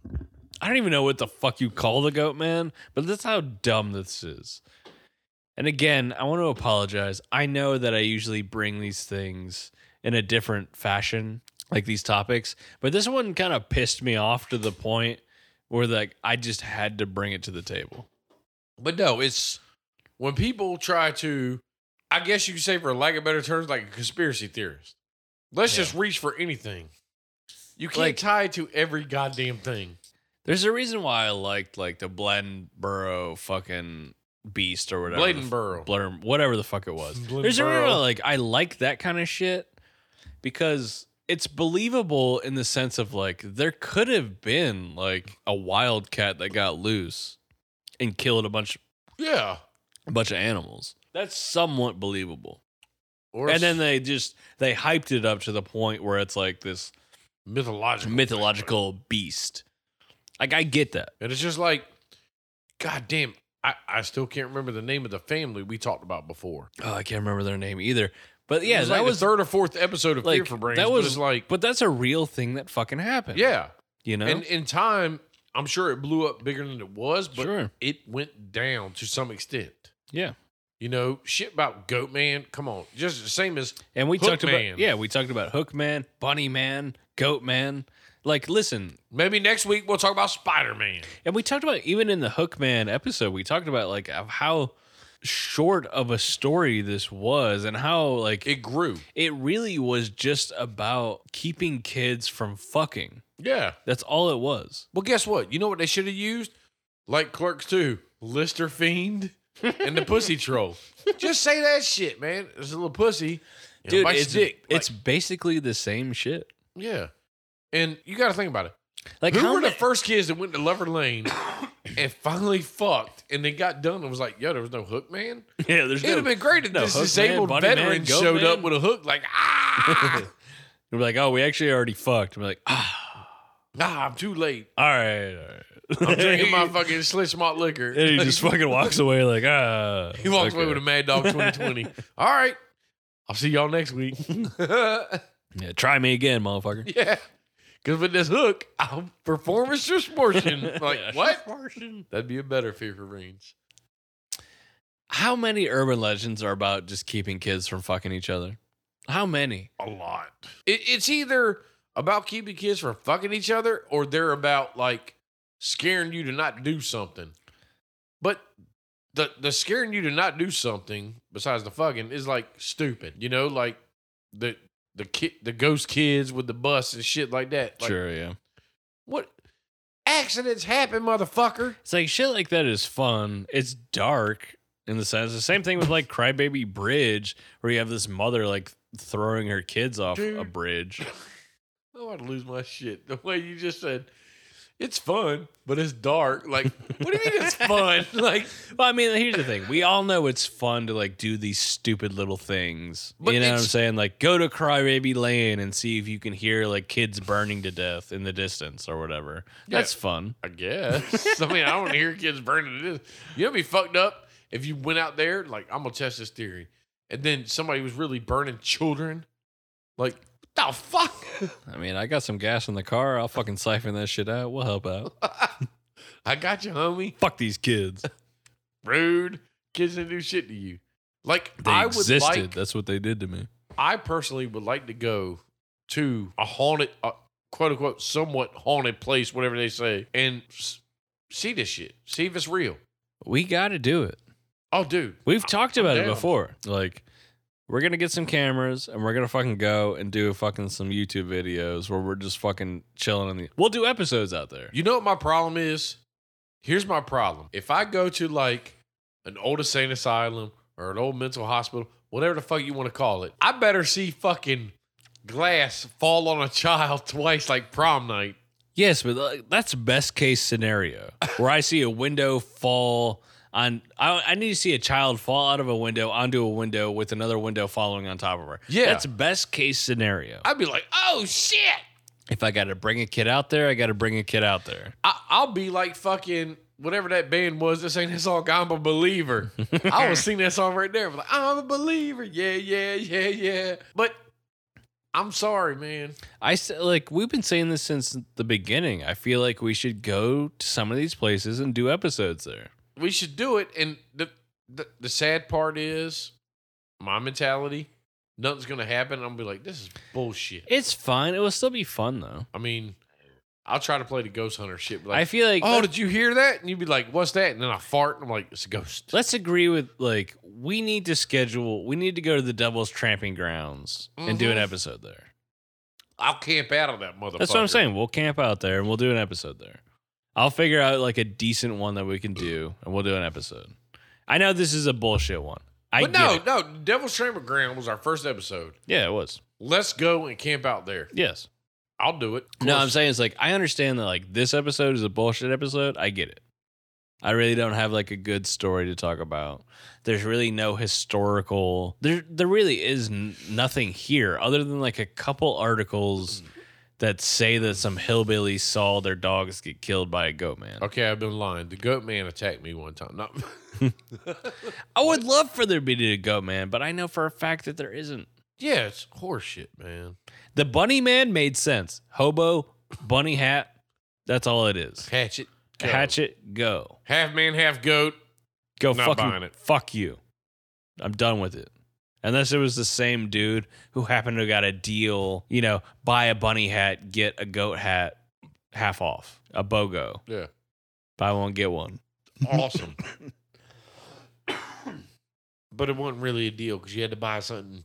[SPEAKER 1] I don't even know what the fuck you call the goat man, but that's how dumb this is. And again, I want to apologize. I know that I usually bring these things in a different fashion, like these topics, but this one kind of pissed me off to the point where like I just had to bring it to the table.
[SPEAKER 2] but no, it's when people try to I guess you could say for lack of better terms, like a conspiracy theorist. Let's
[SPEAKER 1] Yeah.
[SPEAKER 2] just reach for anything. You can't
[SPEAKER 1] Like-
[SPEAKER 2] tie it to every goddamn thing.
[SPEAKER 1] There's a reason why I liked like the Blenburrow fucking beast or whatever. the
[SPEAKER 2] Bladenboro.
[SPEAKER 1] Blur, whatever the fuck it was.
[SPEAKER 2] Blim
[SPEAKER 1] There's a
[SPEAKER 2] Burrow.
[SPEAKER 1] real like I like that kind of shit because it's believable in the sense of like there could have been like a wildcat that got loose and killed a bunch
[SPEAKER 2] yeah.
[SPEAKER 1] a bunch of animals. That's somewhat believable.
[SPEAKER 2] Or
[SPEAKER 1] And then
[SPEAKER 2] the
[SPEAKER 1] they just they hyped it up to the point where it's like this
[SPEAKER 2] mythological.
[SPEAKER 1] mythological beast. Like I get that.
[SPEAKER 2] And it's just like, God damn, I, I still can't remember the name of the family we talked about before.
[SPEAKER 1] Oh, I can't remember their name either. But yeah,
[SPEAKER 2] it was
[SPEAKER 1] that
[SPEAKER 2] like
[SPEAKER 1] was
[SPEAKER 2] the third or fourth episode of Fear
[SPEAKER 1] like,
[SPEAKER 2] for Brains.
[SPEAKER 1] that
[SPEAKER 2] That
[SPEAKER 1] was-
[SPEAKER 2] was like,
[SPEAKER 1] But that's a real thing that fucking happened.
[SPEAKER 2] yeah.
[SPEAKER 1] you know.
[SPEAKER 2] And in time, I'm sure it blew up bigger than it was, but
[SPEAKER 1] sure.
[SPEAKER 2] it went down to some extent.
[SPEAKER 1] Yeah.
[SPEAKER 2] You know, shit about Goatman. Come on, just the same as
[SPEAKER 1] And we
[SPEAKER 2] Hook
[SPEAKER 1] talked
[SPEAKER 2] Man.
[SPEAKER 1] about yeah, we talked about Hookman, Bunny Man, Goat Man. Like, listen,
[SPEAKER 2] maybe next week we'll talk about Spider Man.
[SPEAKER 1] and we talked about even in the Hookman episode, we talked about like of how short of a story this was, and how like it,
[SPEAKER 2] It grew.
[SPEAKER 1] really was just about keeping kids from fucking.
[SPEAKER 2] Yeah.
[SPEAKER 1] That's all it was.
[SPEAKER 2] Well, guess what? You know what they should have used? Like Clerks 2, Lister Fiend and the Pussy Troll. Just say that shit, man. There's a little pussy. You know,
[SPEAKER 1] Dude,
[SPEAKER 2] bites
[SPEAKER 1] it's,
[SPEAKER 2] dick. Like,
[SPEAKER 1] it's basically the same shit.
[SPEAKER 2] yeah. And you got to think about it.
[SPEAKER 1] Like
[SPEAKER 2] Who
[SPEAKER 1] how
[SPEAKER 2] were the
[SPEAKER 1] ma-
[SPEAKER 2] first kids that went to Lover Lane and finally fucked and they got done and was like, yo, there was no hook man?
[SPEAKER 1] Yeah, there's
[SPEAKER 2] It would
[SPEAKER 1] no.
[SPEAKER 2] have been great if
[SPEAKER 1] no
[SPEAKER 2] this
[SPEAKER 1] hook man,
[SPEAKER 2] disabled
[SPEAKER 1] bunny man,
[SPEAKER 2] veteran
[SPEAKER 1] goat
[SPEAKER 2] showed up
[SPEAKER 1] man.
[SPEAKER 2] with a hook, like, ah,
[SPEAKER 1] We're like, oh, we actually already fucked. We're like, ah,
[SPEAKER 2] nah, I'm too late.
[SPEAKER 1] all right, all right.
[SPEAKER 2] I'm drinking my fucking Schlitz malt liquor.
[SPEAKER 1] And he just fucking walks away like, ah.
[SPEAKER 2] He walked away
[SPEAKER 1] okay.
[SPEAKER 2] with a Mad Dog 2020. All right. I'll see y'all next week. yeah.
[SPEAKER 1] Yeah, try me again, motherfucker.
[SPEAKER 2] Because with this hook, I'll perform a distortion. Like,
[SPEAKER 1] Yeah.
[SPEAKER 2] what? That'd be a better fear for Reigns.
[SPEAKER 1] How many urban legends are about just keeping kids from fucking each other? How many?
[SPEAKER 2] A lot. It, it's either about keeping kids from fucking each other or they're about like scaring you to not do something. But the, the scaring you to not do something besides the fucking is like stupid, you know, like the the kid the ghost kids with the bus and shit like that. Like,
[SPEAKER 1] sure, yeah.
[SPEAKER 2] What accidents happen, motherfucker?
[SPEAKER 1] It's like shit like that is fun. It's dark in the sense. The same thing with like Crybaby Bridge, where you have this mother like throwing her kids off a
[SPEAKER 2] Dude.
[SPEAKER 1] bridge.
[SPEAKER 2] I want to Oh, lose my shit. The way you just said, it's fun, but it's dark. Like, what do you mean it's fun? Like,
[SPEAKER 1] Well, I mean, here's the thing. We all know it's fun to like do these stupid little things.
[SPEAKER 2] But
[SPEAKER 1] you know what I'm
[SPEAKER 2] it's-
[SPEAKER 1] saying? Like go to Crybaby Lane and see if you can hear like kids burning to death in the distance or whatever.
[SPEAKER 2] Yeah.
[SPEAKER 1] That's fun.
[SPEAKER 2] I guess. I mean, I don't hear kids burning it. You know, what'd be fucked up if you went out there. Like, I'm gonna test this theory, and then somebody was really burning children. Like, what the fuck?
[SPEAKER 1] I mean, I got some gas in the car. I'll fucking siphon that shit out. We'll help out.
[SPEAKER 2] I got you, homie.
[SPEAKER 1] Fuck these kids.
[SPEAKER 2] Rude kids didn't do shit to you. Like,
[SPEAKER 1] They
[SPEAKER 2] I would
[SPEAKER 1] existed.
[SPEAKER 2] like
[SPEAKER 1] That's what they did to me.
[SPEAKER 2] I personally would like to go to a haunted, uh, quote unquote, somewhat haunted place, whatever they say, and s- see this shit. See if it's real.
[SPEAKER 1] We got to do it.
[SPEAKER 2] Oh, dude.
[SPEAKER 1] We've talked about it
[SPEAKER 2] down.
[SPEAKER 1] before. Like, we're gonna get some cameras and we're gonna fucking go and do fucking some YouTube videos where we're just fucking chilling in the. We'll do episodes out there.
[SPEAKER 2] You know what my problem is? Here's my problem. If I go to like an old insane asylum or an old mental hospital, whatever the fuck you want to call it, I better see fucking glass fall on a child twice like prom night.
[SPEAKER 1] Yes, but uh, that's best case scenario where I see a window fall on. I, I need to see a child fall out of a window onto a window with another window following on top of her.
[SPEAKER 2] Yeah.
[SPEAKER 1] that's best case scenario.
[SPEAKER 2] I'd be like, oh shit.
[SPEAKER 1] if I got to bring a kid out there, I got to bring a kid out there.
[SPEAKER 2] I- I'll be like fucking whatever that band was that sang that song, I'm a Believer. I was sing that song right there. I'm like, I'm a believer. Yeah, yeah, yeah, yeah. But I'm sorry, man.
[SPEAKER 1] I s- like we've been saying this since the beginning. I feel like we should go to some of these places and do episodes there.
[SPEAKER 2] we should do it. And the, the the sad part is my mentality. Nothing's gonna happen. I'm gonna be like, this is bullshit.
[SPEAKER 1] It's fun. It will still be fun though.
[SPEAKER 2] I mean, I'll try to play the ghost hunter shit. But like,
[SPEAKER 1] I feel like
[SPEAKER 2] oh, did you hear that? And you'd be like, what's that? And then I fart, and I'm like, it's a ghost.
[SPEAKER 1] let's agree with like we need to schedule. We need to go to the Devil's Tramping Grounds and do an
[SPEAKER 2] Mhm.
[SPEAKER 1] episode there.
[SPEAKER 2] I'll camp out of that motherfucker.
[SPEAKER 1] That's what I'm saying. We'll camp out there and we'll do an episode there. I'll figure out like a decent one that we can do, and we'll do an episode. I know this is a bullshit one. I
[SPEAKER 2] But
[SPEAKER 1] get
[SPEAKER 2] no,
[SPEAKER 1] it.
[SPEAKER 2] no, Devil's Chamber Ground was our first episode.
[SPEAKER 1] yeah, it was
[SPEAKER 2] Let's go and camp out there.
[SPEAKER 1] yes.
[SPEAKER 2] I'll do it. Of
[SPEAKER 1] No, I'm
[SPEAKER 2] course.
[SPEAKER 1] saying it's like I understand that like this episode is a bullshit episode. I get it. I really don't have like a good story to talk about. There's really no historical. There there really is n- nothing here other than like a couple articles that say that some hillbilly saw their dogs get killed by a goat man.
[SPEAKER 2] Okay, I've been lying. The goat man attacked me one time. No.
[SPEAKER 1] I would love for there to be a goat man, but I know for a fact that there isn't.
[SPEAKER 2] yeah, it's horseshit, man.
[SPEAKER 1] The bunny man made sense. Hobo, bunny hat. That's all it is.
[SPEAKER 2] Hatchet. go.
[SPEAKER 1] Hatchet, go.
[SPEAKER 2] Half man, half goat.
[SPEAKER 1] Go
[SPEAKER 2] Not
[SPEAKER 1] fucking
[SPEAKER 2] buying it.
[SPEAKER 1] fuck you. I'm done with it. Unless it was the same dude who happened to got a deal, you know, buy a bunny hat, get a goat hat half off, a BOGO.
[SPEAKER 2] Yeah.
[SPEAKER 1] Buy one, get one.
[SPEAKER 2] Awesome. but it wasn't really a deal because you had to buy something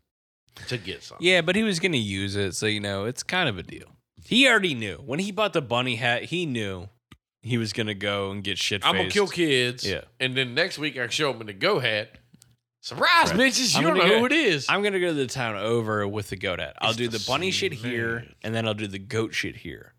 [SPEAKER 2] to get something.
[SPEAKER 1] Yeah, but he was going to use it. So, you know, it's kind of a deal. He already knew. When he bought the bunny hat, he knew he was going to go and get shit
[SPEAKER 2] I'm gonna kill kids.
[SPEAKER 1] Yeah.
[SPEAKER 2] And then next week I show them in the go hat Surprise,
[SPEAKER 1] Right.
[SPEAKER 2] bitches! You
[SPEAKER 1] I'm
[SPEAKER 2] don't know
[SPEAKER 1] gonna go-
[SPEAKER 2] who it is.
[SPEAKER 1] I'm gonna go to the town over with the goat hat. I'll
[SPEAKER 2] It's
[SPEAKER 1] do
[SPEAKER 2] the
[SPEAKER 1] the bunny
[SPEAKER 2] same
[SPEAKER 1] shit here,
[SPEAKER 2] man.
[SPEAKER 1] and then I'll do the goat shit here.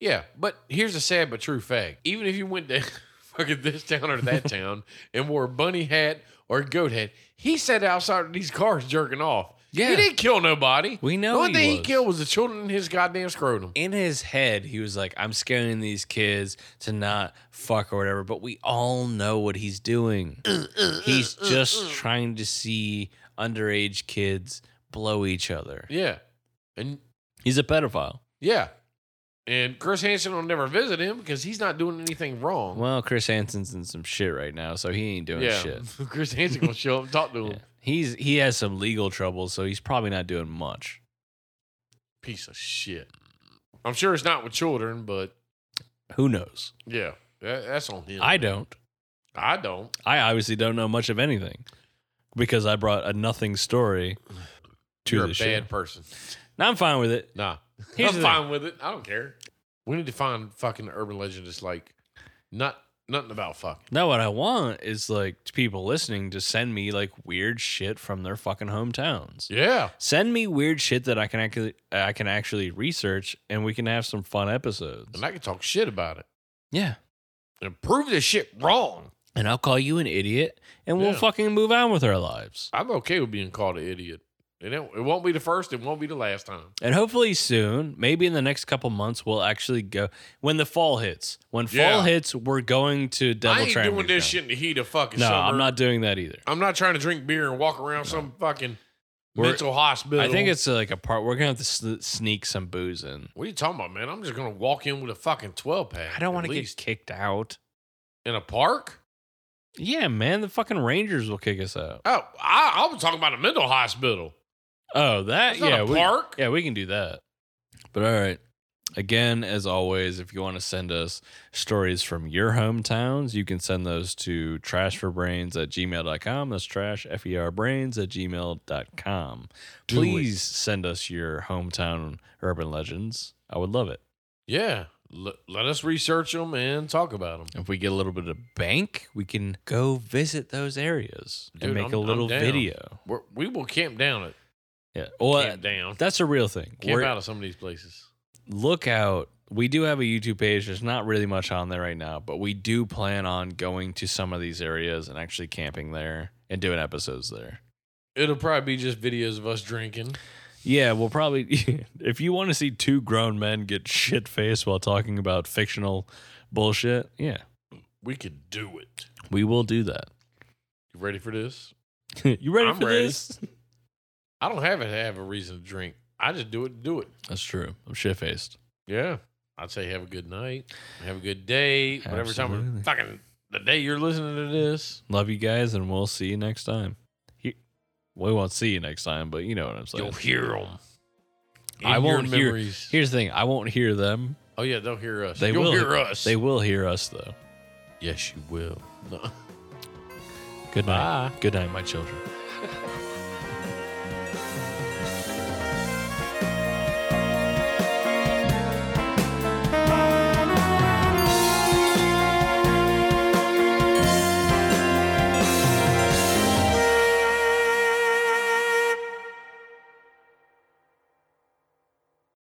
[SPEAKER 2] yeah, but here's a sad but true fact: even if you went to fucking this town or that town and wore a bunny hat or a goat hat, he sat outside of these cars jerking off.
[SPEAKER 1] Yeah.
[SPEAKER 2] he didn't kill nobody.
[SPEAKER 1] We know
[SPEAKER 2] the only
[SPEAKER 1] he
[SPEAKER 2] thing he
[SPEAKER 1] was.
[SPEAKER 2] killed was the children in his goddamn scrotum.
[SPEAKER 1] In his head, he was like, "I'm scaring these kids to not fuck or whatever," but we all know what he's doing. he's just trying to see underage kids blow each other.
[SPEAKER 2] Yeah, and
[SPEAKER 1] He's a pedophile.
[SPEAKER 2] yeah, and Chris Hansen will never visit him because he's not doing anything wrong.
[SPEAKER 1] Well, Chris Hansen's in some shit right now, so he ain't doing
[SPEAKER 2] yeah,
[SPEAKER 1] shit.
[SPEAKER 2] Chris Hansen will show up and talk to
[SPEAKER 1] Yeah.
[SPEAKER 2] him.
[SPEAKER 1] He's he has some legal trouble, so he's probably not doing much.
[SPEAKER 2] Piece of shit. I'm sure it's not with children, but
[SPEAKER 1] Who knows?
[SPEAKER 2] yeah, that, that's on him.
[SPEAKER 1] I don't.
[SPEAKER 2] I don't.
[SPEAKER 1] I obviously don't know much of anything because I brought a nothing story to
[SPEAKER 2] You're a
[SPEAKER 1] the
[SPEAKER 2] bad
[SPEAKER 1] show.
[SPEAKER 2] person.
[SPEAKER 1] Now I'm fine with it.
[SPEAKER 2] Nah.
[SPEAKER 1] Here's the
[SPEAKER 2] I'm
[SPEAKER 1] thing.
[SPEAKER 2] fine with it. I don't care. We need to find fucking urban legend that's like not nothing about fucking.
[SPEAKER 1] Now what I want is like people listening to send me like weird shit from their fucking hometowns.
[SPEAKER 2] Yeah.
[SPEAKER 1] Send me weird shit that I can actually I can actually research and we can have some fun episodes.
[SPEAKER 2] And I can talk shit about it.
[SPEAKER 1] Yeah.
[SPEAKER 2] And prove this shit wrong.
[SPEAKER 1] And I'll call you an idiot and we'll
[SPEAKER 2] Yeah.
[SPEAKER 1] fucking move on with our lives. I'm
[SPEAKER 2] I'm okay with being called an idiot. It, don't- it won't be the first, it won't be the last time.
[SPEAKER 1] And hopefully soon, maybe in the next couple months, we'll actually go when the fall hits. When fall
[SPEAKER 2] Yeah.
[SPEAKER 1] hits, we're going to double
[SPEAKER 2] I ain't
[SPEAKER 1] Tramming
[SPEAKER 2] doing this
[SPEAKER 1] Town.
[SPEAKER 2] shit in the heat of fucking
[SPEAKER 1] No,
[SPEAKER 2] summer.
[SPEAKER 1] I'm not doing that either.
[SPEAKER 2] I'm not trying to drink beer and walk around some fucking
[SPEAKER 1] We're-
[SPEAKER 2] mental hospital.
[SPEAKER 1] I think it's uh, like a part. We're gonna have to sn- sneak some booze in.
[SPEAKER 2] What are you talking about, man? I'm just gonna walk in with a fucking twelve pack.
[SPEAKER 1] I don't
[SPEAKER 2] want to
[SPEAKER 1] get kicked out.
[SPEAKER 2] in a park.
[SPEAKER 1] Yeah, man, the fucking Rangers will kick us out.
[SPEAKER 2] Oh, I, I was talking about a mental hospital.
[SPEAKER 1] Oh, that
[SPEAKER 2] That's not
[SPEAKER 1] yeah,
[SPEAKER 2] a
[SPEAKER 1] we,
[SPEAKER 2] park.
[SPEAKER 1] yeah, we can do that. But all right, again, as always, if you want to send us stories from your hometowns, you can send those to trashforbrains at gmail.com. That's trash f e r brains at gmail.com.
[SPEAKER 2] Do it.
[SPEAKER 1] Please send us your hometown urban legends. I would love it.
[SPEAKER 2] Yeah, L- let us research them and talk about them.
[SPEAKER 1] If we get a little bit of bank, we can go visit those areas
[SPEAKER 2] Dude,
[SPEAKER 1] and make
[SPEAKER 2] I'm-
[SPEAKER 1] a
[SPEAKER 2] I'm
[SPEAKER 1] little
[SPEAKER 2] down.
[SPEAKER 1] video.
[SPEAKER 2] We're, we will camp down it.
[SPEAKER 1] Yeah. Well,
[SPEAKER 2] camp down.
[SPEAKER 1] that's a real thing.
[SPEAKER 2] Camp
[SPEAKER 1] We're-
[SPEAKER 2] out of some of these places.
[SPEAKER 1] Look out. We do have a YouTube page. There's not really much on there right now, but we do plan on going to some of these areas and actually camping there and doing episodes there.
[SPEAKER 2] It'll probably be just videos of us drinking.
[SPEAKER 1] Yeah, we'll probably. If you want to see two grown men get shit faced while talking about fictional bullshit, yeah,
[SPEAKER 2] We could do it.
[SPEAKER 1] we will do that.
[SPEAKER 2] You ready for this?
[SPEAKER 1] you ready
[SPEAKER 2] I'm
[SPEAKER 1] for
[SPEAKER 2] ready.
[SPEAKER 1] this?
[SPEAKER 2] I don't have to have a reason to drink. I just do it to do it.
[SPEAKER 1] That's true. I'm shit faced.
[SPEAKER 2] Yeah. I'd say have a good night. Have a good day. Whatever
[SPEAKER 1] Absolutely.
[SPEAKER 2] time fucking the day you're listening to this.
[SPEAKER 1] Love you guys, and we'll see you next time. He- we won't see you next time, but you know what I'm saying.
[SPEAKER 2] You'll hear them.
[SPEAKER 1] I won't hear- Here's the thing: I won't hear them.
[SPEAKER 2] Oh yeah, they'll hear us.
[SPEAKER 1] They
[SPEAKER 2] You'll
[SPEAKER 1] will
[SPEAKER 2] hear us.
[SPEAKER 1] They will hear us though.
[SPEAKER 2] yes, you will.
[SPEAKER 1] Good night. Good night, my children.